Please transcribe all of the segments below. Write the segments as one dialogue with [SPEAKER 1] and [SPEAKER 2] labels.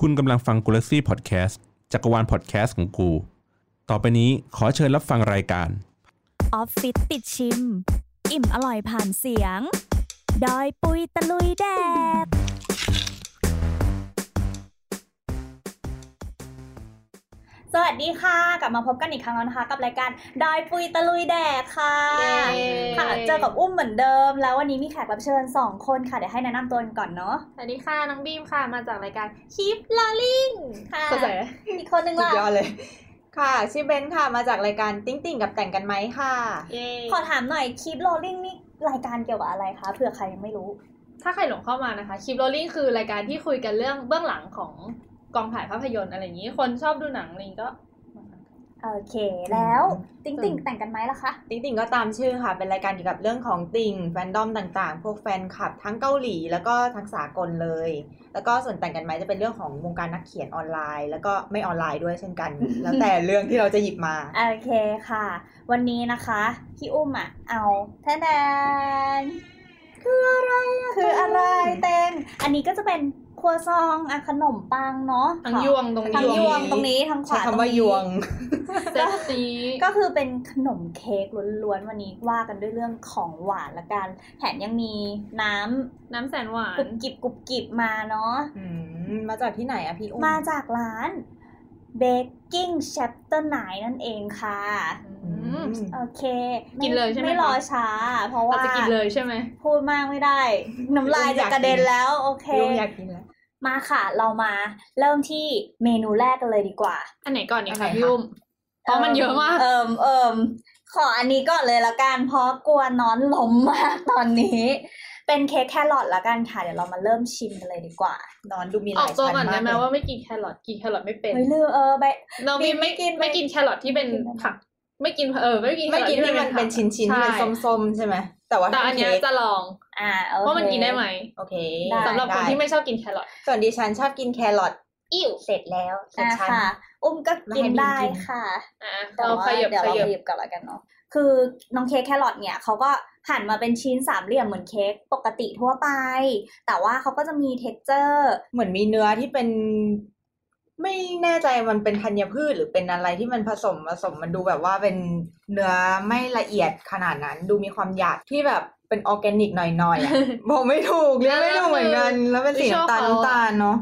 [SPEAKER 1] คุณกำลังฟังกูลักซี่พอดแคสต์จักรวาลพอดแคสต์ของกู ต่อไปนี้ขอเชิญรับฟังรายการ
[SPEAKER 2] ออฟฟิศติดชิม อิ่มอร่อยผ่านเสียง ดอยปุยตะลุยแดด
[SPEAKER 3] สวัสดีค่ะ กลับมาพบกันอีกครั้งแล้วนะคะ กับรายการดอยปุยตะลุยแดกค่ะค่ะ เจอกับอุ้มเหมือนเดิม แล้ววันนี้มีแขกรับเชิญ 2 คนค่ะ เดี๋ยวให้แนะนำตัวกันก่อนเนาะ
[SPEAKER 4] สวัสดีค่ะ น้องบีมค่ะ มาจากรายการคลิปลอลิง
[SPEAKER 3] ค่ะ
[SPEAKER 4] สดใส
[SPEAKER 3] อีกคนนึง
[SPEAKER 5] สุด
[SPEAKER 3] ล่ะ
[SPEAKER 5] ยอดเลย ค่ะ ชื่อเบนค่ะ มาจากรายการติ้งติ่งกับแต่งกันไหมค่ะ
[SPEAKER 4] เย้
[SPEAKER 3] ขอถามหน่อยคลิปโรลลิ่งนี่รายการเกี่ยวกับอะไรคะเผื่อใครยังไม่รู้
[SPEAKER 4] ถ้าใครหลงเข้ามานะคะคลิปลอลิงคือรายการที่คุยกันเรื่องเบื้องหลังของกองถ่ายภาพยนตร์อะไรอย่างนี้ คนชอบดูหนังลิงก็
[SPEAKER 3] โอเค แล้วติ๊งติ่งแต่งกันไหมล่ะคะ
[SPEAKER 5] ติ้งติ่งก็ตามชื่อค่ะ เป็นรายการเกี่ยวกับเรื่องของติ่งแฟนดอมต่างๆ พวกแฟนคลับทั้งเกาหลีแล้วก็ทั้งสากลเลย แล้วก็ส่วนแต่งกันไหมจะเป็นเรื่องของวงการนักเขียนออนไลน์ แล้วก็ไม่ออนไลน์ด้วยเช่นกัน แล้วแต่เรื่องที่เราจะหยิบมา
[SPEAKER 3] โอเคค่ะ วันนี้นะคะพี่อุ้มอ่ะเอาแทนแดนคืออะไรคืออะไรเต้นอันนี้ก็จะเป็นครัวซองอะขนมปังเนาะ
[SPEAKER 4] ทั้ง
[SPEAKER 3] ขอ
[SPEAKER 4] ยวงตรง
[SPEAKER 3] ทั้ง
[SPEAKER 4] นี้
[SPEAKER 3] ยวงตรงนี้ทั้งข
[SPEAKER 5] ใช้
[SPEAKER 3] วา
[SPEAKER 5] คำ
[SPEAKER 3] ตร
[SPEAKER 5] ว่า
[SPEAKER 3] งนี้
[SPEAKER 5] ยวง
[SPEAKER 4] เซตนี้
[SPEAKER 3] ก็คือเป็นขนมเค้กล้วนๆวันนี้ว่ากันด้วยเรื่องของหวานละกันแถมยังมีน้
[SPEAKER 4] น้ำแสนหวา
[SPEAKER 3] ำกรุ
[SPEAKER 4] น
[SPEAKER 3] บกริบกรุบกริบมาเนาะ
[SPEAKER 5] อืมมาจากที่ไหนอะพี่อุ้ม
[SPEAKER 3] มาจากร้าน Baking Chapter 9นั่นเองค่ะ
[SPEAKER 4] อื
[SPEAKER 5] อื
[SPEAKER 4] ม
[SPEAKER 5] ม
[SPEAKER 3] โอเค
[SPEAKER 4] กินเลยใช่ไหม
[SPEAKER 3] ไม่รอ
[SPEAKER 4] คะ
[SPEAKER 3] ช้า เพราะ
[SPEAKER 4] เรา
[SPEAKER 3] ว่า
[SPEAKER 4] จะกินเลยใช่ไหม
[SPEAKER 3] พูดมากไม่ได้ น้ำลายจะกระเด็นแล้ว โอเค
[SPEAKER 5] พี่อุ้มอยากกินแล้ว
[SPEAKER 3] มาค่ะ เรามาเริ่มที่เมนูแรกกันเลยดีกว่า
[SPEAKER 4] อันไหนก่อนเนี่ย
[SPEAKER 5] อันไหน
[SPEAKER 4] ค่ะ
[SPEAKER 5] คะ
[SPEAKER 4] พี่อุ้มเพราะมันเยอะมาก
[SPEAKER 3] เอิมเอิมขออันนี้ก่อนเลยละกัน เพราะกลัวน้อนล้มมากตอนนี้ เป็นเค้กแครอทละกันค่ะ เดี๋ยวเรามาเริ่มชิมกันเลยดีกว่าน
[SPEAKER 5] อนดูมีห
[SPEAKER 4] ออ
[SPEAKER 5] ลาก ย
[SPEAKER 4] ตัว
[SPEAKER 5] ชั้น
[SPEAKER 4] ก่อนได้
[SPEAKER 5] มาก
[SPEAKER 4] ไหม
[SPEAKER 5] เลย
[SPEAKER 4] ว่าไม่กินแครอทกินแครอทไม่เป็น
[SPEAKER 3] เฮ้ยลืมเออไป
[SPEAKER 4] น้องบีมไม่
[SPEAKER 3] กิ
[SPEAKER 4] กิ
[SPEAKER 3] น
[SPEAKER 4] น
[SPEAKER 3] ไม่
[SPEAKER 4] ไม่กินแครอทที่เป็น
[SPEAKER 3] ไม่กิน
[SPEAKER 4] ผัก ไม่กินเออไม่กิน
[SPEAKER 5] ไม่กิน
[SPEAKER 4] แครอ
[SPEAKER 5] ที่มันเป็น
[SPEAKER 4] ผั
[SPEAKER 5] ชิ้นๆที่เป็น
[SPEAKER 4] ใช่
[SPEAKER 5] ส้มๆใช่ไหมแต่ว่า
[SPEAKER 4] แต่อันเนี้ย
[SPEAKER 5] ถ้าเป็เค้ก
[SPEAKER 4] จะลอง
[SPEAKER 3] อ่าโอเค
[SPEAKER 4] ว่ามันกินได้ไหม
[SPEAKER 5] โอเค
[SPEAKER 3] ได้
[SPEAKER 4] สำหรับคน
[SPEAKER 5] ด้
[SPEAKER 4] ที่ไม่ชอบกินแครอท
[SPEAKER 5] ส่วนดิฉันชอบกินแครอท
[SPEAKER 3] อิ่ว
[SPEAKER 5] เสร็จแล้วส่วน
[SPEAKER 3] อ่า
[SPEAKER 5] ฉัน
[SPEAKER 3] ค่ะ อุ้มก็กิน
[SPEAKER 5] มาให้บีม
[SPEAKER 3] ได้
[SPEAKER 5] กิน
[SPEAKER 3] ค่ะ
[SPEAKER 4] อ่ะ
[SPEAKER 3] แต่
[SPEAKER 4] เรา
[SPEAKER 3] ว่า
[SPEAKER 4] ขยับ
[SPEAKER 3] เดี๋ยว
[SPEAKER 4] ข
[SPEAKER 3] เรา
[SPEAKER 4] ยับ
[SPEAKER 3] ขยับกันละกันเนาะ คือน้องเค้กแครอทเนี่ยเขาก็หั่นมาเป็นชิ้นสามเหลี่ยมเหมือนเค้กปกติทั่วไป แต่ว่าเขาก็จะมีเท็กเจอร์
[SPEAKER 5] เหมือนมีเนื้อที่เป็น ไม่แน่ใจมันเป็นธัญพืชหรือเป็นอะไรที่มันผสมผสมมันดูแบบว่าเป็นเนื้อไม่ละเอียดขนาดนั้น ดูมีความหยาบที่แบบเป็นออร์แกนิกหน่อยๆ อะบอกไม่ถูกเรียกไม่ถูกเหมือนกันแล้วเป็นสีน้ำตาลน้ำตาลเนาะ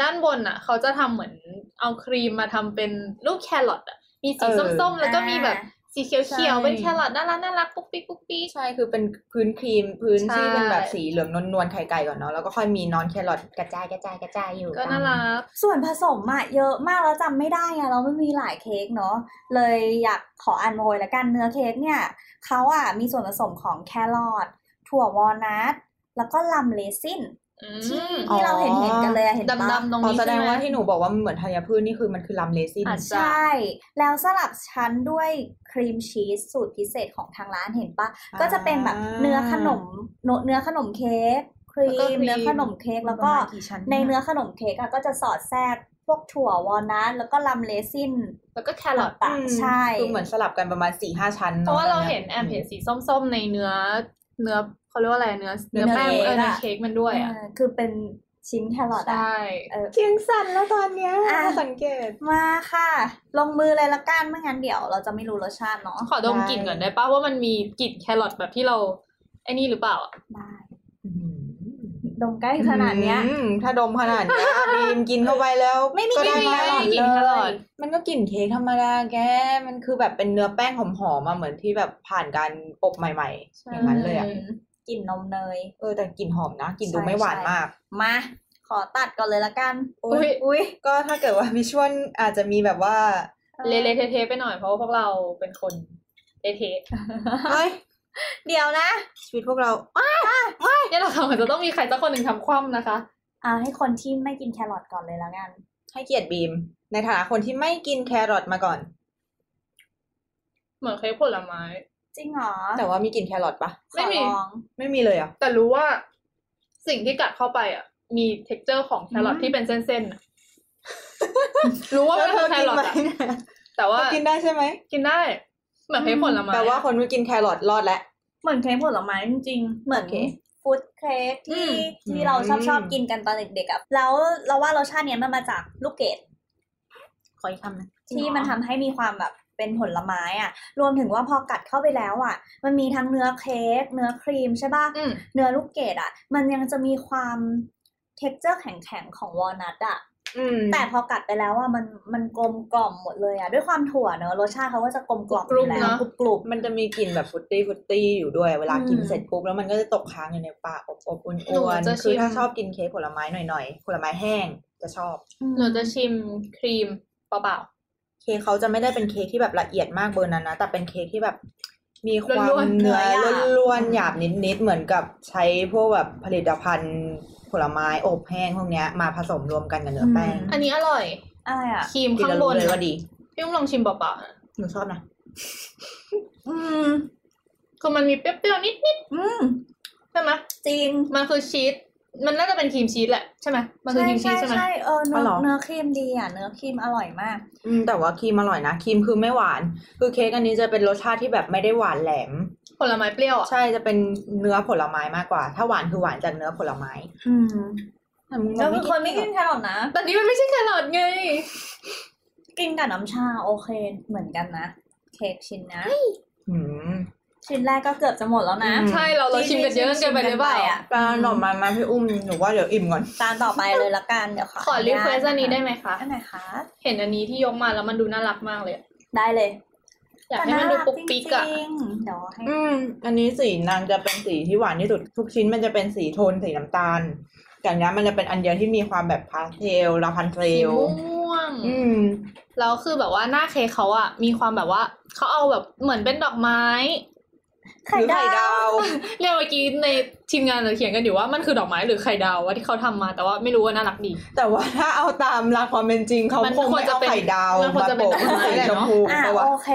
[SPEAKER 4] ด้านบนอ่ะ เขาจะทำเหมือนเอาครีมมาทำเป็นรูปแครอทอ่ะ มีสี
[SPEAKER 5] เออ
[SPEAKER 4] ส้มๆ แล้วก็มีแบบสีเขียว
[SPEAKER 5] ใช่
[SPEAKER 4] ๆ เป็นแครอทน่ารักน่ารักปุ๊กปิ๊กปุ๊กปิ๊ก
[SPEAKER 5] ใช่คือเป็นพื้นครีมพื้น
[SPEAKER 4] ใช่
[SPEAKER 5] ที่เป็นแบบสีเหลืองนวลๆไข่ไก่ก่อนเนาะแล้วก็ค่อยมีนอนแครอทกระจายกระจายกระจายอยู่
[SPEAKER 4] ก็น่ารัก
[SPEAKER 3] ส่วนผสมอะเยอะมากแล้วจำไม่ได้ไงเราไม่มีหลายเค้กเนาะ เลยอยากขออ่านโรยละกันเนื้อเค้กเนี่ยเขาอะมีส่วนผสมของแครอทถั่ววอลนัทแล้วก็ลัมเลซิน
[SPEAKER 4] อื
[SPEAKER 3] ที่
[SPEAKER 4] ม
[SPEAKER 3] ที่เราเห็นเห็นกันเลยอะเห็นปะ
[SPEAKER 4] ดำๆตรง
[SPEAKER 5] อ๋อ
[SPEAKER 4] นี้
[SPEAKER 5] แสด
[SPEAKER 4] ใช่
[SPEAKER 5] ง
[SPEAKER 4] ไหม
[SPEAKER 5] ว่าที่หนูบอกว่ามันเหมือนธัญพืชนี่คือมันคือลำเลซิน
[SPEAKER 4] อ่ะ
[SPEAKER 3] ใช่ แล้วสลับชั้นด้วยครีมชีสสูตรพิเศษของทางร้านเห็นปะ
[SPEAKER 5] อ่า
[SPEAKER 3] ก็จะเป็นแบบเนื้อขนมเนเนื้อขนมเค้กครี
[SPEAKER 4] แล้วก็ครี
[SPEAKER 3] ม
[SPEAKER 4] ม
[SPEAKER 3] เนื้อขนมเค้กแล้วก็
[SPEAKER 5] ประมาณกี่ชั้นนะ
[SPEAKER 3] ในเนื้อขนมเค้กอะก็จะสอดแทรกพวกถั่ววอลนัทแล้วก็ลัมเลซิน
[SPEAKER 4] แล้วก็แครอท
[SPEAKER 3] ต่างๆใช่
[SPEAKER 5] คือเหมือนสลับกันประมาณสี่ห้าชั้น
[SPEAKER 4] เพ
[SPEAKER 5] อะ
[SPEAKER 4] ราะว่าเราเห็น
[SPEAKER 5] ต
[SPEAKER 4] แอ
[SPEAKER 5] อ
[SPEAKER 4] มเห็นสีส้มๆ ในเนื้อ เนื้อเขาเรียกว่าอะไรเนื้อเนื้อ
[SPEAKER 3] เนื้อ
[SPEAKER 4] แป้ง
[SPEAKER 3] เค้ก
[SPEAKER 4] เออเนื้อ
[SPEAKER 3] อะ
[SPEAKER 4] เค้กมันด้วยอ่ะ
[SPEAKER 3] เออคือเป็นชิ้นแครอทอะ
[SPEAKER 4] ใช่
[SPEAKER 3] เออ
[SPEAKER 5] เชียงสั่นแล้วตอนเนี้ย
[SPEAKER 3] อ่ะ
[SPEAKER 5] สังเกต
[SPEAKER 3] มาค่ะ ลงมือเลยละกันไม่งั้นเดี๋ยวเราจะไม่รู้รสชาติเนาะ
[SPEAKER 4] ขอดมกลิ่นก่อนได้ปะว่ามันมีกลิ่นแครอทแบบที่เราไอ้นี่หรือเปล่าอะ
[SPEAKER 3] ได้ดมใกล้ขนาดเนี้ย
[SPEAKER 5] อืมถ้าดมขนาดเนี้ย บีมกินเข้าไปแล้ว
[SPEAKER 3] ไม่มี
[SPEAKER 5] ก็
[SPEAKER 3] กลิ่
[SPEAKER 5] ได้
[SPEAKER 3] นเลย
[SPEAKER 4] ก
[SPEAKER 5] แครอท
[SPEAKER 4] ลิ่นแครอท
[SPEAKER 5] มันก็กลิ่นเค้กธรรมดาแก มันคือแบบเป็นเนื้อแป้งหอมๆมาเหมือนที่แบบผ่านการอบใหม่ ๆ อย่างนั้นเลยอ่ะ
[SPEAKER 3] มกลิ่นนมเนย
[SPEAKER 5] เออแต่กลิ่นหอมนะกลิ่นดู
[SPEAKER 3] ใช่
[SPEAKER 5] ไม่หวาน
[SPEAKER 3] ใช่
[SPEAKER 5] มาก
[SPEAKER 3] มา ขอตัดก่อนเลยละกัน
[SPEAKER 4] อุ๊
[SPEAKER 3] อุ้
[SPEAKER 4] ย
[SPEAKER 3] อุ้ย
[SPEAKER 5] ก็ถ้าเกิดว่าวิชวลอาจจะมีแบบว่า
[SPEAKER 4] เละๆเทะๆไปหน่อยเพราะว่าพวกเราเป็นคนเละเทะ
[SPEAKER 5] เฮ้ย
[SPEAKER 3] เดี๋ยวนะ
[SPEAKER 5] ชีวิตพวกเรา
[SPEAKER 4] เนี่ยเราอาจจะต้องมีใครสักคนหนึ่งทำคว่ำนะคะ
[SPEAKER 3] อ่าให้คนที่ไม่กินแครอทก่อนเลยละกัน
[SPEAKER 5] ให้เกียรติบีม ในฐานะคนที่ไม่กินแครอทมาก่อน
[SPEAKER 4] เหมือนเค้กผลไม้
[SPEAKER 3] จริงเหรอ
[SPEAKER 5] แต่ว่ามีกลิ่นแครอทปะ
[SPEAKER 3] ขอลอง
[SPEAKER 5] ไม่มีเลยอ่ะ
[SPEAKER 4] แต่รู้ว่าสิ่งที่กัดเข้าไปอ่ะ มี texture ของแครอทที่เป็นเส้นๆอะรู้ว่า
[SPEAKER 5] แล้
[SPEAKER 4] มั
[SPEAKER 5] วน เธ
[SPEAKER 4] คือ อแค
[SPEAKER 5] กิน
[SPEAKER 4] รอท
[SPEAKER 5] ไหม
[SPEAKER 4] อะแต่ว่า
[SPEAKER 5] เธอกินได้ใช่ไหม
[SPEAKER 4] กินได้ เหมือนเค้กผลไม้
[SPEAKER 5] แปลว่าคนไม่กินแครอทรอดแล้ว
[SPEAKER 3] เหมือนเค้กผลไม้จริงๆ เหมือน
[SPEAKER 5] โอเค
[SPEAKER 3] ฝ ฟู้ดเค้กที่
[SPEAKER 5] อืม
[SPEAKER 3] ที่เราชอบ
[SPEAKER 5] อืม
[SPEAKER 3] ชอบกินกันตอนเด็กๆอะแล้วเราว่ารสชาติเนี้ยมันมาจากลูกเกด
[SPEAKER 5] ขออีกคำนะ
[SPEAKER 3] ที่มันทำให้มีความแบบเป็นผลไม้อ่ะ รวมถึงว่าพอกัดเข้าไปแล้วอ่ะ มันมีทั้งเนื้อเค้กเนื้อครีมใช่ป่ะ
[SPEAKER 5] อืม
[SPEAKER 3] เนื้อลูกเกดอ่ะ มันยังจะมีความ เท็กเจอร์แข็งๆ ของวอลนัทอ่ะ
[SPEAKER 5] อืม
[SPEAKER 3] แต่พอกัดไปแล้วอ่ะมันมันกลมกล่อมหมดเลยอ่ะ ด้วยความถั่วเนอะรสชาติเขาก็จะกลมกล่อม
[SPEAKER 5] กรุบๆ
[SPEAKER 3] อยู่
[SPEAKER 5] เน
[SPEAKER 3] แล้ว
[SPEAKER 5] อะ
[SPEAKER 3] กรุบกรุบ
[SPEAKER 5] มันจะมีกลิ่นแบบฟรุตตี้ฟรุตตี้อยู่ด้วย เวลา
[SPEAKER 3] อืม
[SPEAKER 5] กินเสร็จปุ๊บแล้วมันก็จะตกค้างอยู่ในปากอบอบๆอุ่น
[SPEAKER 4] หนูจะ
[SPEAKER 5] ๆคื
[SPEAKER 4] ชิ
[SPEAKER 5] อ
[SPEAKER 4] ม
[SPEAKER 5] ถ้าชอบกินเค้กผลไม้หน่อยๆผลไม้แห้งจะชอบ
[SPEAKER 4] หนูจะชิมครีมเปล่า
[SPEAKER 5] เค้กเขาจะไม่ได้เป็นเค้กที่แบบละเอียดมากเบอร์นั้นนะ แต่เป็นเค้กที่แบบ มีความ
[SPEAKER 4] ล้วนๆ
[SPEAKER 5] เนื้อ
[SPEAKER 3] เนื้อหยาบ
[SPEAKER 5] ล้วนๆหยาบนิดๆเหมือนกับใช้พวกแบบผลิตภัณฑ์ผลไม้อบแห้งพวกเนี้ยมาผสมรวมกันกับเนื้อแป้ง
[SPEAKER 4] ๆ อันนี้อร่อย
[SPEAKER 3] ๆอะไรอ่ะ
[SPEAKER 4] ครีม
[SPEAKER 5] กิน
[SPEAKER 4] ข้าง
[SPEAKER 5] แล้ว
[SPEAKER 4] บ
[SPEAKER 5] รู้
[SPEAKER 4] น
[SPEAKER 5] เลยว่าดี
[SPEAKER 4] พี่อุ้มลองชิมเปล่าๆนะ
[SPEAKER 5] หนูชอบนะ
[SPEAKER 3] อืม
[SPEAKER 4] คือมันมีเปรี้ยวๆนิด
[SPEAKER 3] อืม
[SPEAKER 4] ๆใช่ไหม
[SPEAKER 3] จริง
[SPEAKER 4] มันคือชีสมันน่าจะเป็นครีมชีสแหละใช่ไหมมันคือครีมชีสใช่ไหม
[SPEAKER 3] ใช่เออเนื้
[SPEAKER 5] อ๋อ
[SPEAKER 3] อ
[SPEAKER 5] เหรอ
[SPEAKER 3] เนื้อครีมดีอ่ะ เนื้อครีมอร่อยมาก
[SPEAKER 5] อืมแต่ว่าครีมอร่อยนะครีมคือไม่หวาน คือเค้กอันนี้จะเป็นรสชาติที่แบบไม่ได้หวานแหลม
[SPEAKER 4] ผลไม้เปรี้ยวอ่ะ
[SPEAKER 5] ใช่จะเป็นเนื้อผลไม้มากกว่า ถ้าหวานคือหวานจากเนื้อผลไม้
[SPEAKER 3] อืม
[SPEAKER 5] แต่มึง
[SPEAKER 3] แล้วเป็นคนไม่กินแครอทนะ
[SPEAKER 4] แต่นี้มันไม่ใช่แครอทไง
[SPEAKER 3] กินกับน้ำชาโอเคเหมือนกันนะ เค้กชิ้นนะ
[SPEAKER 5] อืม
[SPEAKER 3] ชิ้นแรกก็เกือบจะหมดแล้วนะ
[SPEAKER 5] อืม
[SPEAKER 4] ใช่เราเราชิมกันเยอะเกินไปหรือเปล่า
[SPEAKER 3] ชิมกันไปอะ
[SPEAKER 5] ปลาหน่อไมามาพี่อุ้มหนูว่าเดี๋ยวอิ่มก่อน
[SPEAKER 3] ตามต่อไปเลยละกันเดี๋ยวขอ
[SPEAKER 4] ขอรีเควสอันนี้ได้
[SPEAKER 3] ไหม
[SPEAKER 4] ไหมคะ
[SPEAKER 3] อันไหนคะ
[SPEAKER 4] เห็นอันนี้ที่ยกมาแล้วมันดูน่ารักมากเลยอะ
[SPEAKER 3] ได้เลย
[SPEAKER 4] อยากให้มันดูปุกปิกอะ
[SPEAKER 3] แต่น่ารัจริงๆเดี๋ยวให้
[SPEAKER 5] อืม อันนี้สีนางจะเป็นสีที่หวานที่สุด ทุกชิ้นมันจะเป็นสีโทนสีน้ำตาลแต่อันเนี้ยมันจะเป็นอันเดียวที่มีความแบบพาสเทลลาพันเท
[SPEAKER 4] สี
[SPEAKER 5] ล
[SPEAKER 4] ม่วง
[SPEAKER 5] อืม
[SPEAKER 4] แล้วคือแบบว่าหน้าเค้กเขาอะมีความแบบว่าเขาเอาแบบเหมือนเป็นดอกไม้
[SPEAKER 5] หรือไข่ดาว
[SPEAKER 4] เรียกเมื่อกี้ในทีมงานเราเถียงกันอยู่ว่ามันคือดอกไม้หรือไข่ดาวว่าที่เขาทำมาแต่ว่าไม่รู้ว่าน่ารักดี
[SPEAKER 5] แต่ว่าถ้าเอาตามราความเป็นจริงเขา
[SPEAKER 4] มัน
[SPEAKER 5] คงไม่เอาไข่ดาว
[SPEAKER 4] มันควรจะเป็น
[SPEAKER 5] มาโปะ
[SPEAKER 4] มันควรจะเป็นดอกไม้แหละ
[SPEAKER 5] สีช
[SPEAKER 4] เนอะ
[SPEAKER 5] มพู
[SPEAKER 3] อ่ะ
[SPEAKER 5] ปะวะ
[SPEAKER 3] โอเค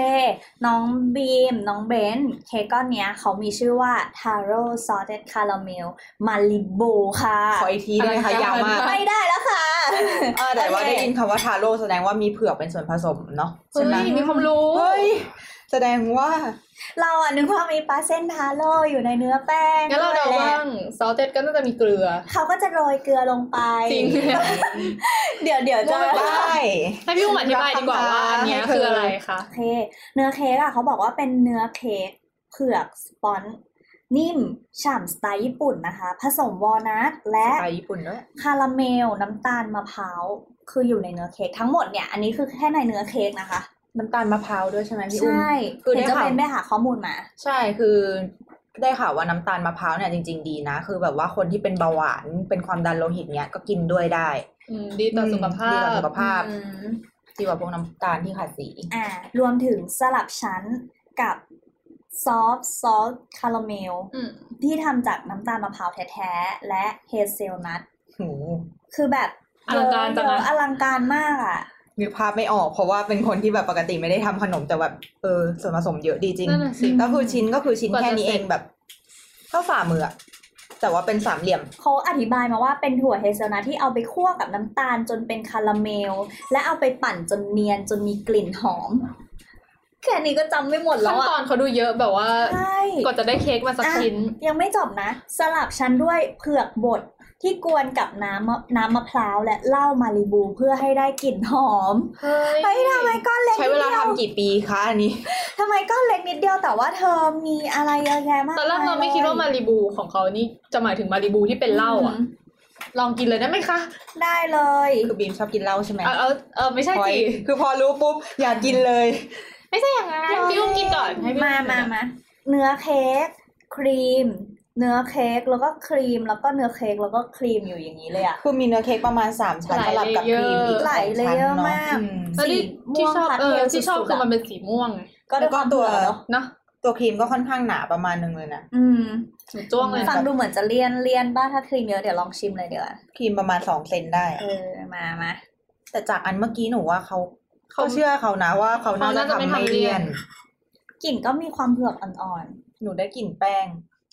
[SPEAKER 3] น้องบีม น้องเบนซ์เค้กก้อนเนี้ยเขามีชื่อว่า Taro Salted Caramel Malibu ค่ะ
[SPEAKER 5] ขออีกทีได้ไหมคะยาวมาก
[SPEAKER 3] ไม่ได้แล้วค่ะ
[SPEAKER 5] เออแต่ว่าได้ยินคำว่าทาโร่แสดงว่ามีเผือกเป็นส่วนผสมเนาะ
[SPEAKER 4] เฮ้
[SPEAKER 5] ใช่ไหม
[SPEAKER 4] ยมีความรู้
[SPEAKER 5] เฮ้ย แสดงว่า
[SPEAKER 3] เราอ่ะนึกว่ามีปลาเส้นทาโร่อยู่ในเนื้อแป้ง
[SPEAKER 4] งั้นเราเดา
[SPEAKER 3] ด้วยแหละ
[SPEAKER 4] บ้างซอเต็ดก็น่าจะมีเกลือ
[SPEAKER 3] เขาก็จะโรยเกลือลงไป
[SPEAKER 4] จริง
[SPEAKER 3] เดี๋ยวเดี๋ยวจะ
[SPEAKER 4] โรยไป
[SPEAKER 5] ได้
[SPEAKER 4] ให้พี่อุ้มอธิบายดีกว่าว่าอันเนี้ยคืออะไรคะ
[SPEAKER 3] โอเคเนื้อเค้กอะเขาบอกว่าเป็นเนื้อเค้กเผือกสปอนจ์นิ่ม ฉ่ำสไตล์ญี่ปุ่นนะคะ ผสมวอลนัทและ
[SPEAKER 5] ไปญี่ปุ่นด้วย
[SPEAKER 3] คาราเมลน้ำตาลมะพร้าวคืออยู่ในเนื้อเค้กทั้งหมดเนี่ย อันนี้คือแค่ในเนื้อเค้กนะคะ
[SPEAKER 5] น้ำตาลมะพร้าวด้วยใช่ไหมพี่อุ้ม
[SPEAKER 3] ใช่
[SPEAKER 5] คือ
[SPEAKER 3] เห็นเจะ
[SPEAKER 5] ได้ข่าว
[SPEAKER 3] เป็นไปหาข้อมูลมา
[SPEAKER 5] ใช่คือได้ข่าวว่าน้ำตาลมะพร้าวเนี่ยจริง ๆ ดีนะ คือแบบว่าคนที่เป็นเบาหวานเป็นความดันโลหิตเนี่ยก็กินด้วยได้
[SPEAKER 4] อืมดีต่อสุขภา
[SPEAKER 5] ดี
[SPEAKER 4] พ
[SPEAKER 5] ต่อสุขภาพ
[SPEAKER 3] อืม
[SPEAKER 5] ดีกว่าพวกน้ำตาลที่ขาดสี
[SPEAKER 3] อ่ารวมถึงสลับชั้นกับซอฟซอสคาราเมล
[SPEAKER 4] อืม
[SPEAKER 3] ที่ทำจากน้ำตาลมะพร้าวแท้ๆ และเฮเซลนัท
[SPEAKER 5] โหู
[SPEAKER 3] คือแบบ
[SPEAKER 4] อลังการจัง
[SPEAKER 3] เย
[SPEAKER 4] นะ
[SPEAKER 3] อะๆอลังการมากอ่ะ
[SPEAKER 5] นึกภาพไม่ออก เพราะว่าเป็นคนที่แบบปกติไม่ได้ทำขนมแต่แบบเออส่วนผสมเยอะดีจริง
[SPEAKER 4] นั่นน่ะสิ
[SPEAKER 5] แล้วคือชิ้นก็คือชิ้น
[SPEAKER 4] กว่าจะ
[SPEAKER 5] แค่นี้
[SPEAKER 4] เสร็จ
[SPEAKER 5] เองแบบเท่าฝ่ามืออะแต่ว่าเป็นสามเหลี่ยม
[SPEAKER 3] เขาอธิบายมาว่าเป็นถั่วเฮเซลนัทที่เอาไปคั่วกับน้ำตาลจนเป็นคาราเมล และเอาไปปั่นจนเนียนจนมีกลิ่นหอม แค่นี้ก็จำไม่หมดแล้
[SPEAKER 4] ขั้
[SPEAKER 3] วน
[SPEAKER 4] ตอ
[SPEAKER 3] อ่ะ
[SPEAKER 4] นเขาดูเยอะแบบว่า
[SPEAKER 3] ใช่
[SPEAKER 4] กว่าจะได้เค้กมาสักชิ้น
[SPEAKER 3] ยังไม่จบนะ สลับชั้นด้วยเผือกบดที่กวนกับน้ำมะน้ำมะพร้าวและเหล้ามาริบูเพื่อให้ได้กลิ่นหอม
[SPEAKER 4] เฮ้ย
[SPEAKER 3] เฮ้ยทำไมก้อนเล็ก
[SPEAKER 5] ใช้
[SPEAKER 3] นิด
[SPEAKER 5] เวลา
[SPEAKER 3] เดีย
[SPEAKER 5] ทำ
[SPEAKER 3] ว
[SPEAKER 5] กี่ปีคะอันนี้
[SPEAKER 3] ทำไมก้อนเล็กนิดเดียวแต่ว่าเธอมีอะไรเยอะแยะมาก
[SPEAKER 4] ตอนแรกเราไม่คิดว่ามาริบูของเขานี่จะหมายถึงมาริบูที่เป็นเหล้าอ่ะ
[SPEAKER 3] ม
[SPEAKER 4] ลองกินเลยได้ไหมคะ
[SPEAKER 3] ได้เลย
[SPEAKER 5] คือบีมชอบกินเหล้าใช่ไหม
[SPEAKER 4] เออเออเออไม่ใช่
[SPEAKER 5] พอย
[SPEAKER 4] สิ
[SPEAKER 5] คือพอรู้ปุ๊บอยากกินเลย
[SPEAKER 4] ไม่ใช่อย่างนั้นพี่อุ้มกินก่อนให้พี่
[SPEAKER 3] มา
[SPEAKER 4] อุ้
[SPEAKER 3] มามาเนื้อเค้กครีม เนื้อเค้กแล้วก็ครีมแล้วก็เนื้อเค้กแล้วก็ครีมอยู่อย่างนี้เลยอ่ะ
[SPEAKER 5] คือมีเนื้อเค้กประมาณสามชั้นสลับกับครีมอีก
[SPEAKER 3] หลายเลเยอร์
[SPEAKER 5] สงชั้นนะ
[SPEAKER 3] มาก
[SPEAKER 5] อืม
[SPEAKER 4] แล้วที่
[SPEAKER 3] สีม่
[SPEAKER 4] ที่
[SPEAKER 3] วง
[SPEAKER 4] ชอบ
[SPEAKER 3] พาส
[SPEAKER 4] เอ
[SPEAKER 3] เทล
[SPEAKER 4] อที่ชอบ
[SPEAKER 3] สุดๆ
[SPEAKER 4] คือ
[SPEAKER 3] อะ
[SPEAKER 4] มันเป็นสีม่วงไง
[SPEAKER 3] ก็ด้
[SPEAKER 5] แล้ว
[SPEAKER 3] ค
[SPEAKER 5] วยก็
[SPEAKER 3] วาม
[SPEAKER 5] ตั
[SPEAKER 3] เผื
[SPEAKER 5] ว
[SPEAKER 3] อกเนาะ
[SPEAKER 4] เนอะ
[SPEAKER 5] ตัวครีมก็ค่อนข้างหนาประมาณนึงเลยนะ
[SPEAKER 3] อืม
[SPEAKER 4] หนูจ้วงเลย
[SPEAKER 3] ฟังดูเหมือนจะเลี่ยนเลี่ยนบ้างถ้าครีมเยอะเดี๋ยวลองชิมเลยเดี๋ยวา
[SPEAKER 5] ครีมประมาณสองเซนได้
[SPEAKER 3] เออมามา
[SPEAKER 5] แต่จากอันเมื่อกี้หนูว่าเขาเขาเชื่อเขานะว่าเขาน่าจะทำไม่เลี่ยน
[SPEAKER 3] กลิ่นก็มีความเผือกอ่อน
[SPEAKER 5] หนูได้กลิ่นแป้ง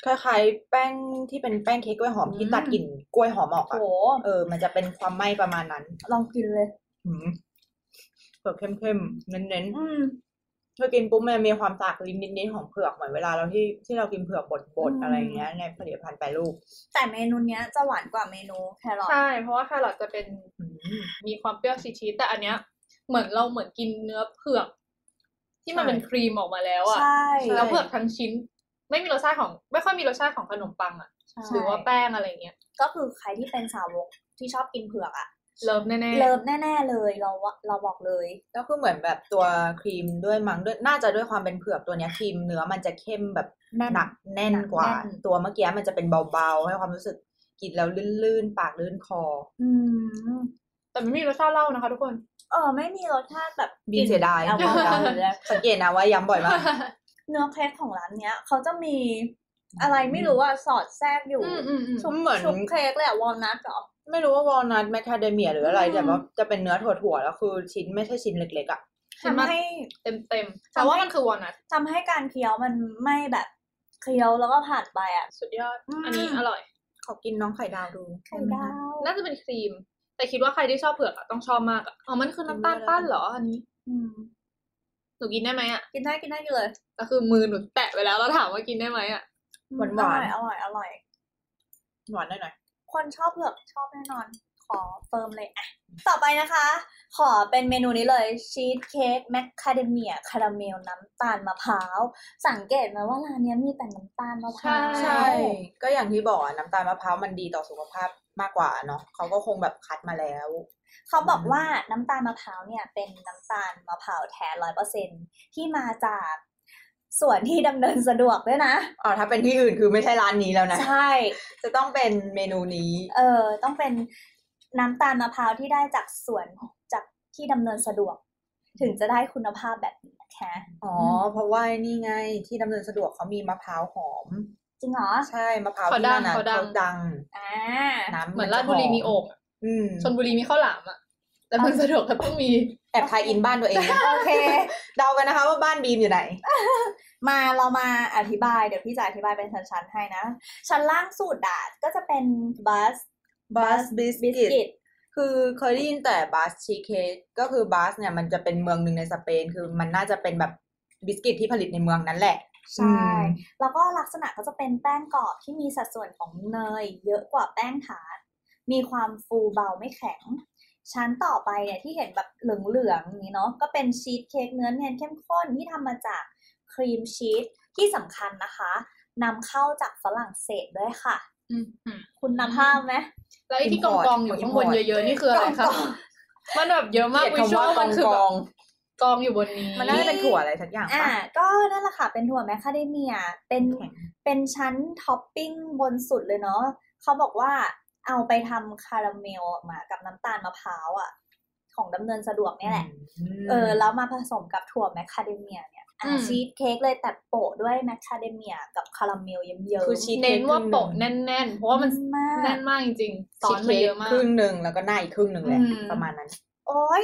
[SPEAKER 5] คล้ายๆแป้งที่เป็นแป้งเค้กกล้วยหอมที่ตัดกลิ่นกล้วยหอมออก
[SPEAKER 3] ๆ
[SPEAKER 5] อะ
[SPEAKER 3] โห
[SPEAKER 5] เออ มันจะเป็นความไหม้ประมาณนั้น
[SPEAKER 3] ลองกินเลย
[SPEAKER 5] หืมเผือกเข้มๆเน้น
[SPEAKER 3] อืม
[SPEAKER 5] อกินปุ๊บมันมีความสากลิ้นนิดๆของเผือกเหมือนเวลาเราที่ที่เรากินเผือกบดๆอะไรอย่างเงี้ยในผลิตภัณฑ์แปรรูป
[SPEAKER 3] แต่เมนูเนี้ยจะหวานกว่าเมนูแครอท
[SPEAKER 4] ใช่ เพราะว่าแครอทจะเป็น
[SPEAKER 5] อืม
[SPEAKER 4] มีความเปรี้ยวชีสๆแต่อันเนี้ย เหมือนเราเหมือนกินเนื้อเผือก ที่มัน
[SPEAKER 5] ใช่
[SPEAKER 4] เป็นครีมออกมาแล้วอ่ะ
[SPEAKER 3] ใช่
[SPEAKER 4] แล้วเผือกทั้งชิ้น ไม่มีรสชาติของ ไม่ค่อยมีรสชาติของขนมปังอ่ะ
[SPEAKER 3] ใช่
[SPEAKER 4] หรือว่าแป้งอะไรเงี้ย
[SPEAKER 3] ก็คือใครที่เป็นสาวกที่ชอบกินเผือกอะ
[SPEAKER 4] เลิฟแน่
[SPEAKER 3] เลิฟแน่ๆเลยเราว่าเราบอกเลย
[SPEAKER 5] แล้วคือเหมือนแบบตัวครีมด้วยมั้งด้วยน่าจะด้วยความเป็นเผือกตัวเนี้ยครีมเนื้อมันจะเข้มแบบ
[SPEAKER 3] แน่น
[SPEAKER 5] หนักแน่นกว่า
[SPEAKER 3] หนักแน่น
[SPEAKER 5] ตัวเมื่อกี้มันจะเป็นเบาๆ ให้ความรู้สึกกินแล้วลื่นๆ ปากลื่นคอ
[SPEAKER 3] อืม
[SPEAKER 4] ๆแต่ไม่มีรสชาติเหล้านะคะ ทุกคน
[SPEAKER 3] เออไม่มีรสชาติแบบ
[SPEAKER 5] บีเสียดาย
[SPEAKER 3] แอลกอฮอล์เลย
[SPEAKER 5] สังเกตนะว่าย้ำบ่อยมาก
[SPEAKER 3] เนื้อเค้กของร้านเนี้ยเขาจะมีอะไรไม่รู้อะสอดแทรกอยู่
[SPEAKER 4] อืมอืมอืม
[SPEAKER 3] ชุบ
[SPEAKER 5] เหมือน
[SPEAKER 3] ชุบเค้กเลยอะวอลนัทเหรอ
[SPEAKER 5] ไม่รู้ว่าวอลนัทแมคคาเดเมียหรืออะไร
[SPEAKER 4] อืม
[SPEAKER 5] แต่ว่าจะเป็นเนื้อถั่วๆ แล้วคือชิ้นไม่ใช่ชิ้นเล็กๆอ่ะ
[SPEAKER 4] ชิ้นมา
[SPEAKER 3] ทำให้
[SPEAKER 4] เต็มเต็มๆแต่ว่ามันคือวอลนัท
[SPEAKER 3] ทำให้การเคี้ยวมันไม่แบบเคี้ยวแล้วก็ผ่านไปอ่ะ
[SPEAKER 4] สุดยอด
[SPEAKER 3] อืม
[SPEAKER 4] อันนี้อร่อย
[SPEAKER 5] ขอกินน้องไข่ดาวดู
[SPEAKER 3] ไข่
[SPEAKER 5] ด้หม
[SPEAKER 3] ดา
[SPEAKER 5] คะ
[SPEAKER 3] ว
[SPEAKER 4] น่าจะเป็นครีม แต่คิดว่าใครที่ชอบเผือกอะต้องชอบมากอะอ๋อ มันคือน้ำตาลปั้นเหรออันนี้
[SPEAKER 3] อืม
[SPEAKER 4] หนูกินได้ไหมอะ
[SPEAKER 3] กินได้กินได้อยู่เลย
[SPEAKER 4] ก็คือมือหนูแตะไปแล้วแล้วถามว่ากินได้ไหมอะ
[SPEAKER 5] หวาน
[SPEAKER 3] อร่อยอร่อยอร่อย
[SPEAKER 5] ๆหวานหน่อย
[SPEAKER 3] คนชอบเผือกชอบแน่นอน ขอเฟิร์มเลยอ่ะ ต่อไปนะคะ ขอเป็นเมนูนี้เลยชีสเค้กแมคคาเดเมียคาราเมลน้ำตาลมะพร้าว สังเกตไหมว่าร้านเนี้ยมีแต่น้ำตาลมะพร้าว
[SPEAKER 5] ๆ
[SPEAKER 4] ใช่
[SPEAKER 5] ใช่ ก็อย่างที่บอกอะน้ำตาลมะพร้าวมันดีต่อสุขภาพมากกว่าเนาะเขาก็คงแบบคัดมาแล้ว
[SPEAKER 3] เขาบอกว่าน้ำตาลมะพร้าวเนี่ยเป็นน้ำตาลมะพร้าวแท้ร้อยเปอร์เซ็นที่มาจากสวนที่ดำเนินสะดวกด้วยนะ
[SPEAKER 5] อ๋อถ้าเป็นที่อื่นคือไม่ใช่ร้านนี้แล้วนะ
[SPEAKER 3] ใช่
[SPEAKER 5] จะต้องเป็นเมนูนี้
[SPEAKER 3] เออ ต้องเป็นน้ำตาลมะพร้าวที่ได้จากสวนจากที่ดำเนินสะดวก ถึงจะได้คุณภาพแบบนี้นะคะ
[SPEAKER 5] อ๋อ เพราะว่านี่ไงที่ดำเนินสะดวกเขามีมะพร้าวหอม
[SPEAKER 3] จริงเหรอ
[SPEAKER 5] ใช่มะพร้าว
[SPEAKER 4] เขา
[SPEAKER 5] ที่
[SPEAKER 4] ดัง
[SPEAKER 5] นั่นน่ะ
[SPEAKER 4] เขาดัง
[SPEAKER 5] เขาดัง
[SPEAKER 3] อ่า
[SPEAKER 5] น้ำ
[SPEAKER 4] เหมือน
[SPEAKER 5] จะ
[SPEAKER 4] ราชบุรีมีโอ่งอะ
[SPEAKER 5] อืม
[SPEAKER 4] ชลบุรีมีข้าวหลามอะแต่มันสะดวกก็ต้องมี
[SPEAKER 5] แอบทายอินบ้านตัวเอง
[SPEAKER 3] โอเค
[SPEAKER 5] เดากันนะคะว่าบ้านบีมอยู่ไหน
[SPEAKER 3] มาเรามาอธิบายเดี๋ยวพี่จะอธิบายเป็นชั้นๆให้นะ ชั้นล่างสุดอะก็จะเป็นบัส
[SPEAKER 5] Bus Biscuit
[SPEAKER 3] กิต
[SPEAKER 5] คือเคยได้ยินแต่บาสชีเคกก็คือบาสเนี่ยมันจะเป็นเมืองหนึ่งในสเปน คือมันน่าจะเป็นแบบบิสกิตที่ผลิตในเมืองนั้นแหละ
[SPEAKER 3] ใช่ แล้วก็ลักษณะก็จะเป็นแป้งกรอบที่มีสัดส่วนของเนย เยอะกว่าแป้งถาดมีความฟูเบาไม่แข็ง ชั้นต่อไปเนี่ยที่เห็นแบบเหลืองๆอย่างนี้เนาะก็เป็นชีสเค้กเนื้อเนียนเข้มข้นที่ทำมาจากครีมชีสที่สำคัญนะคะนำเข้าจากฝรั่งเศสด้วยค่ะ
[SPEAKER 4] อืมอืม
[SPEAKER 3] คุณภาพไหม
[SPEAKER 4] แล้วไอ้ที่กองกองๆอยู่ข้างบนเยอะๆนี่คืออะไรคะ มันแบบเยอะมาก
[SPEAKER 5] เกลียด
[SPEAKER 4] วิชว
[SPEAKER 5] คำว่า
[SPEAKER 4] ล
[SPEAKER 5] ก
[SPEAKER 4] มั
[SPEAKER 5] อน ง
[SPEAKER 4] คือก แบบ
[SPEAKER 5] อง
[SPEAKER 4] กองอยู่บนนี้
[SPEAKER 5] มันน่าจะเป็นถั่วอะไรสักอย่าง
[SPEAKER 3] อ่า
[SPEAKER 5] ปะ
[SPEAKER 3] ก็นั่นแหละค่ะ เป็นถั่วแมคคาเดเมีย เป็น
[SPEAKER 5] แข็ง
[SPEAKER 3] เป็นชั้นท็อปปิ้งบนสุดเลยเนาะเขาบอกว่าเอาไปทำคาราเมลออกมากับน้ำตาลมะพร้าวอ่ะ ของดำเนินสะดวกเนี่ยแหละ
[SPEAKER 5] ม
[SPEAKER 3] เออ แล้วมาผสมกับถั่วแมคคาเดเมียเนี่ยอ่ะ
[SPEAKER 4] อืม
[SPEAKER 3] ชีสเค้กเลยแต่โปะด้วยแมคคาเดเมียกับคาราเมลเยิ้มๆ
[SPEAKER 5] คือชีส
[SPEAKER 4] เน้นว่าโปะ
[SPEAKER 5] แน่
[SPEAKER 4] แน่นๆ เพราะว่ามัน
[SPEAKER 3] มาก
[SPEAKER 4] แน่นมากจริงๆซอ
[SPEAKER 5] ชี
[SPEAKER 4] สมัน
[SPEAKER 5] สเค้
[SPEAKER 4] เย
[SPEAKER 5] ก
[SPEAKER 4] อะมาก
[SPEAKER 5] ครึ่งหนึ่งแล้วก็หน้าอีกครึ่งหนึ่งแหละ
[SPEAKER 4] อืม
[SPEAKER 5] ประมาณนั้น
[SPEAKER 3] โอ้ย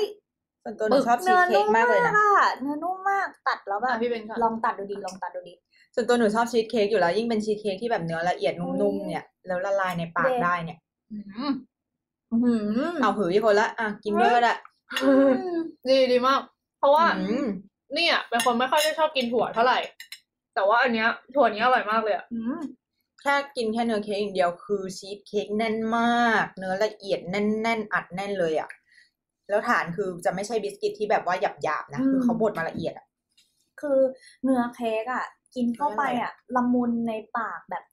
[SPEAKER 5] ส่วนตัวหนูชอบชี
[SPEAKER 3] เนื้
[SPEAKER 5] ส
[SPEAKER 3] อ
[SPEAKER 5] เค้
[SPEAKER 3] นุ่
[SPEAKER 5] กมาม
[SPEAKER 3] มาก
[SPEAKER 5] เลยนะ
[SPEAKER 3] อะเนื้อนุ่มมากตัดแล้วแบ
[SPEAKER 4] อ่ะ
[SPEAKER 3] บ
[SPEAKER 4] พี่เบนค่ะ
[SPEAKER 3] ลองตัดดูดีลองตัดดู ดี
[SPEAKER 5] ส่วนตัวหนูชอบชีสเค้กอยู่แล้วยิ่งเป็นชีสเค้กที่แบบเนื้อละเอียด
[SPEAKER 3] อุ๊
[SPEAKER 5] นุ่ม
[SPEAKER 3] ย
[SPEAKER 5] ๆเนี่ยแล้วละลายในปาก
[SPEAKER 3] เด็ด
[SPEAKER 5] ได้เนี่ย
[SPEAKER 4] อืม
[SPEAKER 3] อื้อหือ
[SPEAKER 5] เอาหืออีกคนละอ่ะกินด้วยก็ได้
[SPEAKER 4] ดีดีมาก เพราะว่า
[SPEAKER 5] อืม
[SPEAKER 4] เนี่ยเป็นคนไม่ค่อยได้ชอบกินถั่วเท่าไหร่ แต่ว่าอันเนี้ยถั่วเนี้ยอร่อยมากเลยอะ
[SPEAKER 3] อืม
[SPEAKER 5] แค่กินแค่เนื้อเค้กอย่างเดียวคือชีสเค้กแน่นมาก เนื้อละเอียดแน่นๆอัดแน่นเลยอ่ะแล้วฐานคือจะไม่ใช่บิสกิตที่แบบว่าหยาบๆนะคือ
[SPEAKER 3] ม
[SPEAKER 5] เขาบดมาละเอียดอ่ะ
[SPEAKER 3] คือเนื้อเค้กอ่ะ กินเข้าไปอ่ะละมุนในปากแบบ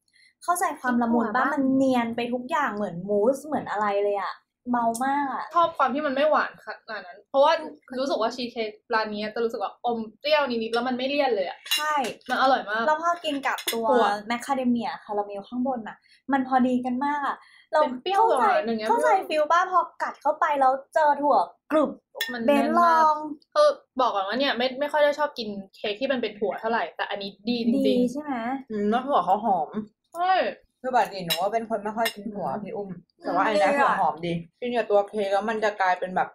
[SPEAKER 3] เข้าใจความละมุน
[SPEAKER 5] กินกว่า
[SPEAKER 3] บ้า
[SPEAKER 5] บ้าง
[SPEAKER 3] มันเนียนไปทุกอย่างเหมือนมูสเหมือนอะไรเลยอ่ะเมามากอ่ะ
[SPEAKER 4] ชอบความที่มันไม่หวานขนาดนั้น เพราะว่ารู้สึกว่าชีสเค้กร้านเนี้ยจะรู้สึกว่าอมเปรี้ยวนิดๆแล้วมันไม่เลี่ยนเลยอะ
[SPEAKER 3] ใช่
[SPEAKER 4] มันอร่อยมาก
[SPEAKER 3] แล้วพอกินกับตัว
[SPEAKER 4] ถั่ว
[SPEAKER 3] แมคคาเดเมียคาราเมลข้างบนอ่ะ มันพอดีกันมากอ่ะเรา
[SPEAKER 4] เป็นเปรี้ยว
[SPEAKER 3] ข้าใจ
[SPEAKER 4] หวานอย่างเงี้ย
[SPEAKER 3] เข้าใจฟิลบ้าพอกัดเข้าไปแล้วเจอถั่วกรุบ
[SPEAKER 4] มัน
[SPEAKER 3] เบ
[SPEAKER 4] แน่
[SPEAKER 3] น
[SPEAKER 4] น
[SPEAKER 3] ล
[SPEAKER 4] มา
[SPEAKER 3] อก ง
[SPEAKER 4] คือบอกก่อนว่าเนี่ยไม่ไม่ค่อยได้ชอบกินเค้กที่มันเป็นถั่วเท่าไหร่ แต่อันนี้ดีจ
[SPEAKER 3] ดี
[SPEAKER 4] ริง
[SPEAKER 3] ใช่ไหม
[SPEAKER 5] อืมแล้วหัวเขาหอม
[SPEAKER 4] ๆเฮ้ย
[SPEAKER 5] คือบัดนี้หนูว่าเป็นคนไม่ค่อยกินหัว
[SPEAKER 4] อืม
[SPEAKER 5] พี่อุ้ม แต่ว่าไอ้แรกหัวหอมดีกินกับตัวเค้กแล้วมันจะกลายเป็นแบบ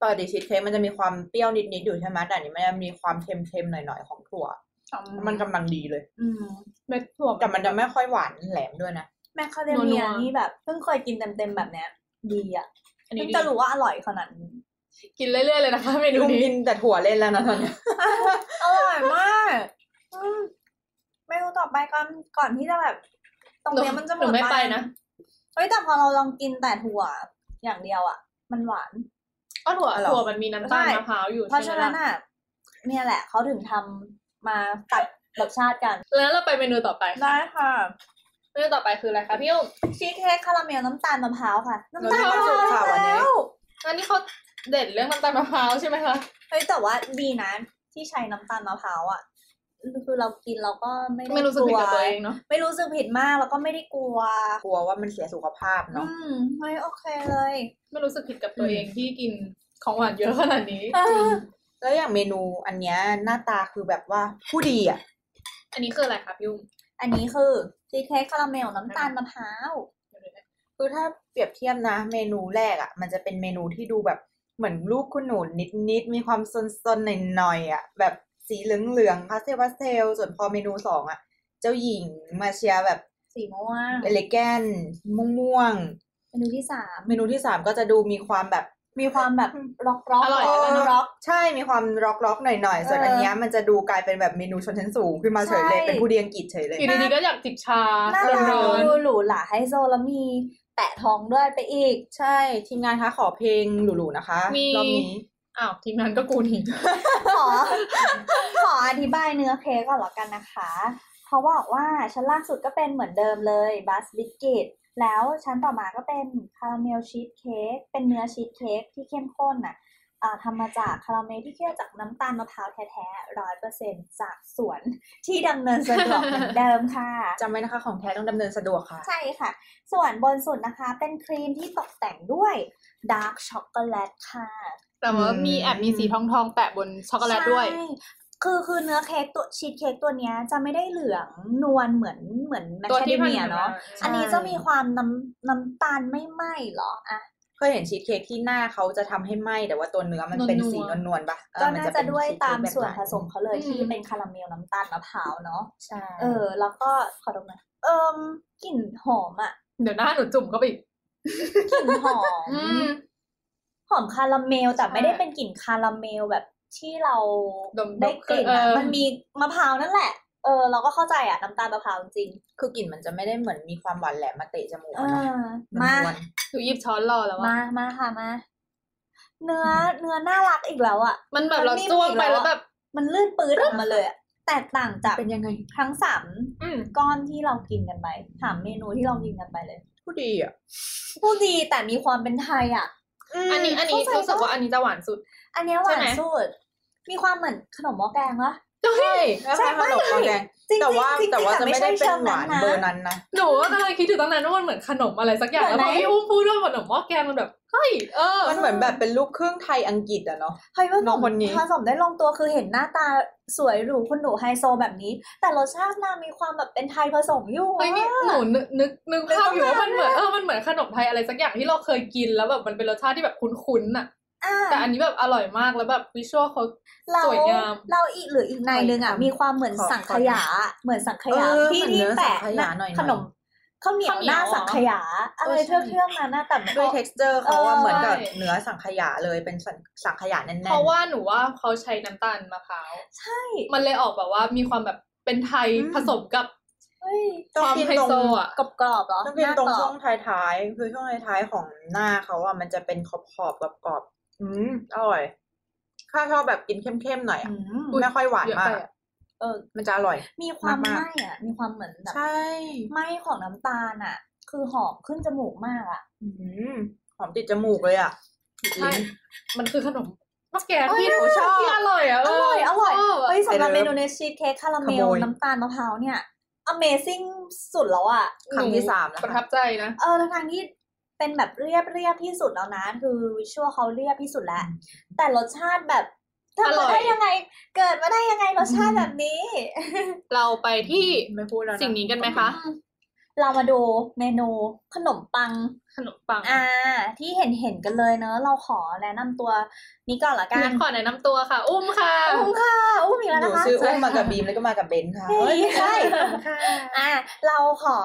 [SPEAKER 5] ปกติชีสเค้กมันจะมีความเปรี้ยวนิดๆอยู่ใช่ไหมแต่อันนี้มันจะมีความเค็มๆหน่อยๆของถั่ว มันกำลังดีเลย
[SPEAKER 3] อืม
[SPEAKER 4] เม็ดถั่ว
[SPEAKER 5] แต่มันจะไม่ค่อยหวานแหลมด้วยนะ
[SPEAKER 3] แมคคาเดเมีย
[SPEAKER 4] นัวๆ
[SPEAKER 3] นี่แบบเพิ่งเคยกินเต็มๆแบบเนี้ยดีอ่ะ
[SPEAKER 4] อัน
[SPEAKER 3] เพิ่
[SPEAKER 4] นี้
[SPEAKER 3] ง
[SPEAKER 4] ดี
[SPEAKER 3] จะรู้ว่าอร่อยขนาดนี้
[SPEAKER 4] กินเรื่อยๆเลยนะคะเมนู
[SPEAKER 5] ลุง
[SPEAKER 4] นี้
[SPEAKER 5] กินแต่ถั่วเล่นแล้วนะตอนเนี้ย
[SPEAKER 3] อร่อยมากอืมเมนูต่อไปก่อนก่อนที่จะแบบ ตรงเนี้ยมันจะหม
[SPEAKER 4] นู
[SPEAKER 3] ด
[SPEAKER 4] ไม่ไปนะ
[SPEAKER 3] เฮ้ยแต่พอเราลองกินแต่ถั่วอย่างเดียวอ่ะ มันหวาน
[SPEAKER 4] อ้อถั่ว
[SPEAKER 5] อร่อย
[SPEAKER 4] ถั่วมันมีน้ำตาล
[SPEAKER 3] ใช่
[SPEAKER 4] มะพร้าวอยู่
[SPEAKER 3] เพราะ
[SPEAKER 4] ใช่
[SPEAKER 3] ฉะ
[SPEAKER 4] ไหม
[SPEAKER 3] นั้น
[SPEAKER 4] ล่ะ
[SPEAKER 3] อ่ะ เนี่ยแหละเขาถึงทำมาตัดรสชาติกัน
[SPEAKER 4] แล้วเราไปเมนูต่อไปค่ะ
[SPEAKER 3] ได้ค่ะ
[SPEAKER 4] เมนูต่อไปคืออะไรคะพี่อุ้ม
[SPEAKER 3] ชีสเค้กคาราเมลน้ำตาลมะพร้าวค่ะ น้ำตาลมะ
[SPEAKER 4] เรา
[SPEAKER 3] พร้าว
[SPEAKER 4] จะมา
[SPEAKER 5] สุกค่ะ
[SPEAKER 3] แล้ว
[SPEAKER 4] อั
[SPEAKER 5] วันนี้
[SPEAKER 4] นนี้เขาเด็ดเรื่องน้ำตาลมะพร้าวใช่ไหมคะ
[SPEAKER 3] เฮ้ยแต่ว่าดีนะที่ใช้น้ำตาลมะพร้าวอ่ะคือเรากินเราก็ไม่ด้
[SPEAKER 4] ไม่รู้สึกผิดกับ
[SPEAKER 3] ลั
[SPEAKER 4] ตัวเองเนาะ
[SPEAKER 3] ไม่รู้สึกผิดมากแล้วก็ไม่ได้กลัว
[SPEAKER 5] กลัวว่ามันเสียสุขภาพ
[SPEAKER 3] อื
[SPEAKER 5] เนาะ
[SPEAKER 3] มเฮ้ยโอเคเลย
[SPEAKER 4] ไม่รู้สึกผิดกับตัวเองที่กินของหวานเยอะขนาดนี้
[SPEAKER 5] แล้วอย่างเมนูอันเนี้ยหน้าตาคือแบบว่าผู้ดีอ่ะ
[SPEAKER 4] อันนี้คืออะไรคะพี่อุ้ม
[SPEAKER 3] อันนี้คือชีสเค้กคาราเมลน้ำตาลมะพร้าว
[SPEAKER 5] คือถ้าเปรียบเทียบนะ เมนูแรกอะ่ะ มันจะเป็นเมนูที่ดูแบบเหมือนลูกคุณหนูนิดนิดๆมีความซนๆนหน่อยๆอะ่ะ แบบสีเหลืองๆพาสเทลพาสเทลส่วนพอเมนูสองอะ่ะ เจ้าหญิงมาเชียร์แบบ
[SPEAKER 3] สีม่วง
[SPEAKER 5] เอเลแกนม่วงม่วง
[SPEAKER 3] เมนูที่สาม
[SPEAKER 5] ๆเมนูที่สามก็จะดูมีความแบบ
[SPEAKER 3] มีความ แบบร็อกร็อก
[SPEAKER 4] อร่อย
[SPEAKER 5] เ
[SPEAKER 4] แล้วเนาะ
[SPEAKER 3] ร็อก
[SPEAKER 5] ใช่มีความร็อกๆหน่อยๆส่วน
[SPEAKER 3] เอออั
[SPEAKER 5] อันเนี้ยมันจะดูกลายเป็นแบบเมนูชนชั้นสูงขึ้นมาเฉยเลย
[SPEAKER 3] ใช่
[SPEAKER 5] เป็นผู้ดีอังกฤษเฉยเลย
[SPEAKER 4] อยู่ดีๆก็อยากจิบชา
[SPEAKER 3] น่ารัก
[SPEAKER 4] ร้อน
[SPEAKER 3] ดูหรูหราไฮโซแล้วมีแปะทองด้วยไปอีก
[SPEAKER 5] ใช่ทีมงานคะขอเพลงหรูๆนะคะ
[SPEAKER 4] ๆมี
[SPEAKER 5] รอบนี้
[SPEAKER 4] อ้าวทีมงานก็กูนี่
[SPEAKER 3] ขอ ขออธิบายเนื้อเค้กก่อนละกันนะคะ เขาบอกว่าชั้นล่างสุดก็เป็นเหมือนเดิมเลยบัสบิสกิตแล้วชั้นต่อมาก็เป็นคาราเมลชีสเค้กเป็นเนื้อชีสเค้กที่เข้มข้นอ่ะอ่าทำมาจากคาราเมลที่เคี่ยวจากน้ำตาลมะพร้าวแท้ๆร้อยเปอร์เซ็นจากสวนที่ดำเนินสะดวกเหมือนเดิมค่ะ
[SPEAKER 5] จำไว้นะคะของแท้ต้องดำเนินสะดวกค่ะ
[SPEAKER 3] ใช่ค่ะ ส่วนบนสุดนะคะ เป็นครีมที่ตกแต่งด้วยดาร์กช็อกโกแลตค่ะ
[SPEAKER 4] แต่ว่า
[SPEAKER 5] อืม
[SPEAKER 4] มีแอบมีสีทองทองๆแปะบนช็อกโกแลตด้วย
[SPEAKER 3] ใช่คือคือเนื้อเค้กตัวชีสเค้กตัวเนี้ยจะไม่ได้เหลืองนวลเหมือนเหมือนแมค
[SPEAKER 4] ตัว
[SPEAKER 3] คาเด
[SPEAKER 4] ที่มัน
[SPEAKER 3] เมียเนาะ
[SPEAKER 4] ใช่
[SPEAKER 3] อันนี้จะมีความน้ำน้ำตาลไม่ไหมเหรออ่ะ
[SPEAKER 5] เคยเห็นชีสเค้กที่หน้าเขาจะทำให้ไหม้แต่ว่าตัวเนื้อมันเป็น
[SPEAKER 4] นวลๆ
[SPEAKER 5] สีนวลๆปะเออ
[SPEAKER 3] ก็
[SPEAKER 5] มั
[SPEAKER 3] น่า
[SPEAKER 5] เป็
[SPEAKER 3] จะด้วย
[SPEAKER 5] ชีสเค้ก
[SPEAKER 3] ตาม
[SPEAKER 5] แบบ
[SPEAKER 3] ส่วน
[SPEAKER 5] นั้น
[SPEAKER 3] ผสมเขาเลย
[SPEAKER 4] อืม
[SPEAKER 3] ที่เป็นคาราเมลน้ำตาลมะพร้าวเนาะ
[SPEAKER 5] ใช่
[SPEAKER 3] เออ แล้วก็ขอดมหนะเอิมกลิ่นหอมอะ
[SPEAKER 4] เดี๋ยวหน้าหนูจุ่มเข้าไปอีก
[SPEAKER 3] กลิ่นหอม
[SPEAKER 4] อืม
[SPEAKER 3] หอมคาราเมลแต่
[SPEAKER 4] ใช่
[SPEAKER 3] ไม่ได้เป็นกลิ่นคาราเมลแบบที่เรา
[SPEAKER 4] ดมๆ
[SPEAKER 3] ได้กลิ่น
[SPEAKER 4] เอ
[SPEAKER 3] อะ
[SPEAKER 4] อ
[SPEAKER 3] มันมีมะพร้าวนั่นแหละ เออ เราก็เข้าใจอะน้ำตาลมะพร้าวจริง
[SPEAKER 5] คือกลิ่นมันจะไม่ได้เหมือนมีความหวานแหลมมาเตะจมูก
[SPEAKER 3] ๆเอ
[SPEAKER 5] อะนะ
[SPEAKER 3] อน มา
[SPEAKER 5] วล
[SPEAKER 4] หนูหยิบช้อนรอแล้ว
[SPEAKER 3] มา
[SPEAKER 4] ว่า
[SPEAKER 3] มาค่ะมา เนื้อเนื้อน่ารักอีกแล้วอ่ะ
[SPEAKER 4] มันแบบเรา
[SPEAKER 3] มันนิ่ม
[SPEAKER 4] จ้วง
[SPEAKER 3] อีก
[SPEAKER 4] ไป
[SPEAKER 3] แล้
[SPEAKER 4] แล้ว
[SPEAKER 3] ว
[SPEAKER 4] แบบ
[SPEAKER 3] มันลื่นปื๊ดออกมาเลยอะแตกต่างจาก
[SPEAKER 5] ๆเป็นยังไง
[SPEAKER 3] ทั้งสาม
[SPEAKER 4] อืม
[SPEAKER 3] ก้อนที่เรากินกันไปสามเมนูที่เรากินกันไปเลย
[SPEAKER 5] ผู้ดีอ่ะ
[SPEAKER 3] พูดดีแต่มีความเป็นไทยอ่ะ
[SPEAKER 4] อันนี้อันนี้
[SPEAKER 3] เข้าใจ
[SPEAKER 4] รู้สึกว่าอันนี้จะหวานสุด
[SPEAKER 3] อันเนี้ยห
[SPEAKER 4] ใช่
[SPEAKER 3] วาน
[SPEAKER 4] ไหม
[SPEAKER 3] สุดมีความเหมือนขนมหม้อแกงวะ
[SPEAKER 5] ใช่ใช่ขนมปังแดง
[SPEAKER 3] จริงๆ
[SPEAKER 5] แต่ว่า
[SPEAKER 3] จริงๆ
[SPEAKER 5] แต่ว่า
[SPEAKER 3] แต่
[SPEAKER 5] จะ
[SPEAKER 3] ไม่
[SPEAKER 5] ไม่
[SPEAKER 3] ใช่
[SPEAKER 5] ได้เป็นหวาน
[SPEAKER 3] เชิงนั้นนะ
[SPEAKER 5] เบอร์นั้นนะ
[SPEAKER 4] หนูก็เลยคิดถึงตั้งนานว่ามันเหมือนขนมอะไรสักอย่าง
[SPEAKER 3] เหมือ
[SPEAKER 4] แล้วน พ
[SPEAKER 3] ไหม
[SPEAKER 4] อพี่อุ้มพูดเรื่องขนมหม้อแกงมันแบบเฮ้ยเออ
[SPEAKER 5] มันเหมือนแบบเป็นลูกครึ่งไทยอังกฤษอะเนาะ
[SPEAKER 3] เฮ้ยว่า
[SPEAKER 5] น้องคนนี้
[SPEAKER 3] ผสมได้ลงตัวคือเห็นหน้าตาสวยหรูคุณหนูไฮโซแบบนี้ แต่รสชาตินางมีความแบบเป็นไทยผสมอยู่
[SPEAKER 4] เฮ้ยนี่
[SPEAKER 3] อะ
[SPEAKER 4] หนูนึกนึกนึกภาพอยู่
[SPEAKER 3] นึก
[SPEAKER 4] ว่า
[SPEAKER 3] ภาพ
[SPEAKER 4] มันเหมือนเออมันเหมือนขนมไทยอะไรสักอย่างที่เราเคยกินแล้วแบบมันเป็นรสชาติที่แบบคุ้นๆน่ะ
[SPEAKER 3] อ่ะ
[SPEAKER 4] แต่อันนี้แบบอร่อยมากแล้วแบบวิชวลเขา
[SPEAKER 3] เรา
[SPEAKER 4] สวยงาม
[SPEAKER 3] เราอีกหรืออีกในหนึ่งอ่ะ
[SPEAKER 5] ขออีก
[SPEAKER 3] มีความเหมือน
[SPEAKER 5] ขอ
[SPEAKER 3] สังขยาเหมือนสังขยา
[SPEAKER 5] เออ
[SPEAKER 3] ที่
[SPEAKER 5] เหมือน
[SPEAKER 3] ที่
[SPEAKER 5] เนื้อสั
[SPEAKER 3] แปะ
[SPEAKER 5] งขยาหน่อยๆ
[SPEAKER 3] ขนมข้าวเหนียว
[SPEAKER 4] ข้าวเห
[SPEAKER 3] ห
[SPEAKER 4] นียว
[SPEAKER 3] น้าสังขยา อะไร
[SPEAKER 5] เออใช่
[SPEAKER 3] เทือกเทือกๆนั้นนะแต่มัน
[SPEAKER 5] ด้วย
[SPEAKER 3] ก็
[SPEAKER 5] texture เขาว่า
[SPEAKER 3] เออ
[SPEAKER 5] เหมือนกับ
[SPEAKER 4] ใช่
[SPEAKER 5] เนื้อสังขยาเลยเป็นสังสังขยาแน่นๆ
[SPEAKER 4] เพราะว่าหนูว่าเขาใช้น้ำตาลมะพร้าว
[SPEAKER 3] ใช่
[SPEAKER 4] มันเลยออกแบบว่ามีความแบบเป็นไทย
[SPEAKER 5] อืม
[SPEAKER 4] ผสมกับ
[SPEAKER 3] เฮ้ย
[SPEAKER 5] ต้อง
[SPEAKER 4] ความ
[SPEAKER 5] กิน
[SPEAKER 4] ไฮ
[SPEAKER 5] ตรง
[SPEAKER 4] โซอ่ะ
[SPEAKER 3] กรอบกรอบๆเหรอ
[SPEAKER 5] ต้องเป็น
[SPEAKER 3] หน้า
[SPEAKER 5] ตรง
[SPEAKER 3] กรอ
[SPEAKER 5] ช่ว
[SPEAKER 3] บ
[SPEAKER 5] งท้ายๆ คือช่วงท้ายๆของหน้าเขาอ่ะมันจะเป็นขอบขอบๆกับกรอบๆอืมอร่อยข้าชอบแบบกินเข้มๆหน่อยอะ
[SPEAKER 3] อืม
[SPEAKER 4] อุ๊ย
[SPEAKER 5] ไม่ค่อยหวาน
[SPEAKER 4] เยอะ
[SPEAKER 5] มา
[SPEAKER 4] ไป
[SPEAKER 5] ก
[SPEAKER 4] อ่ะ
[SPEAKER 3] เออ
[SPEAKER 5] มันจะอร่อย
[SPEAKER 3] มีความไหม้
[SPEAKER 5] มากๆ
[SPEAKER 3] อ่ะ มีความเหมือนแบบ
[SPEAKER 5] ใช่
[SPEAKER 3] ไหม้ของน้ำตาลอ่ะ คือหอมขึ้นจมูกมากอ่ะ
[SPEAKER 5] อืมหอมติดจมูกเลยอ่ะติด
[SPEAKER 4] ใช่
[SPEAKER 5] ลิ้น
[SPEAKER 4] มันคือขนมหมะแกง
[SPEAKER 5] เอ้ย
[SPEAKER 4] ที่
[SPEAKER 5] หนูชอบ
[SPEAKER 4] ที่อร่อยอ่ะ
[SPEAKER 3] อร่อยอร่อย
[SPEAKER 4] ชบะ
[SPEAKER 3] เฮ้ยสำหรับ
[SPEAKER 5] ไปเลย
[SPEAKER 3] เมนูเนชีสเค้กคาราเมล
[SPEAKER 5] ขโมย
[SPEAKER 3] น้ำตาลมะพร้าวเนี่ย Amazing สุดแล้วอ่ะ
[SPEAKER 5] ครั้งที่สามนะ
[SPEAKER 4] ประทั
[SPEAKER 5] คะ
[SPEAKER 4] บใจนะ
[SPEAKER 3] เออทางๆที่เป็นแบบเรียบเรียบที่สุดแล้วนะ คือวิชวลเขาเรียบที่สุดแล้ว แต่รสชาติแบบทำ
[SPEAKER 4] อร่
[SPEAKER 3] มา
[SPEAKER 4] อย
[SPEAKER 3] ได้ยังไง เกิดมาได้ยังไงรสชาติแบบนี้
[SPEAKER 4] เราไปที่
[SPEAKER 5] ไม่พูดแล้วะ
[SPEAKER 4] สิ่งนี้กันไหมคะ
[SPEAKER 3] เรามาดูเมนูขนมปัง
[SPEAKER 4] ขนมปัง
[SPEAKER 3] อ่า ที่เห็นเห็นๆกันเลยเนอะเราขอแนะนำตัวนี้ก่อนละกั
[SPEAKER 4] งั้
[SPEAKER 3] น
[SPEAKER 4] นขอแนะนำตัวค่ะ อุ้มค่ะ
[SPEAKER 3] อุ้มค่ะอุ้มอีกแล้ว
[SPEAKER 5] หนู
[SPEAKER 3] นะคะ
[SPEAKER 5] ซื้ออุ้มมากับบีมแล้วก็มากับเบนซ์ค่ะ
[SPEAKER 3] เฮ้ยไม่ใช่
[SPEAKER 5] ค่ะ
[SPEAKER 3] อ่า เราขอ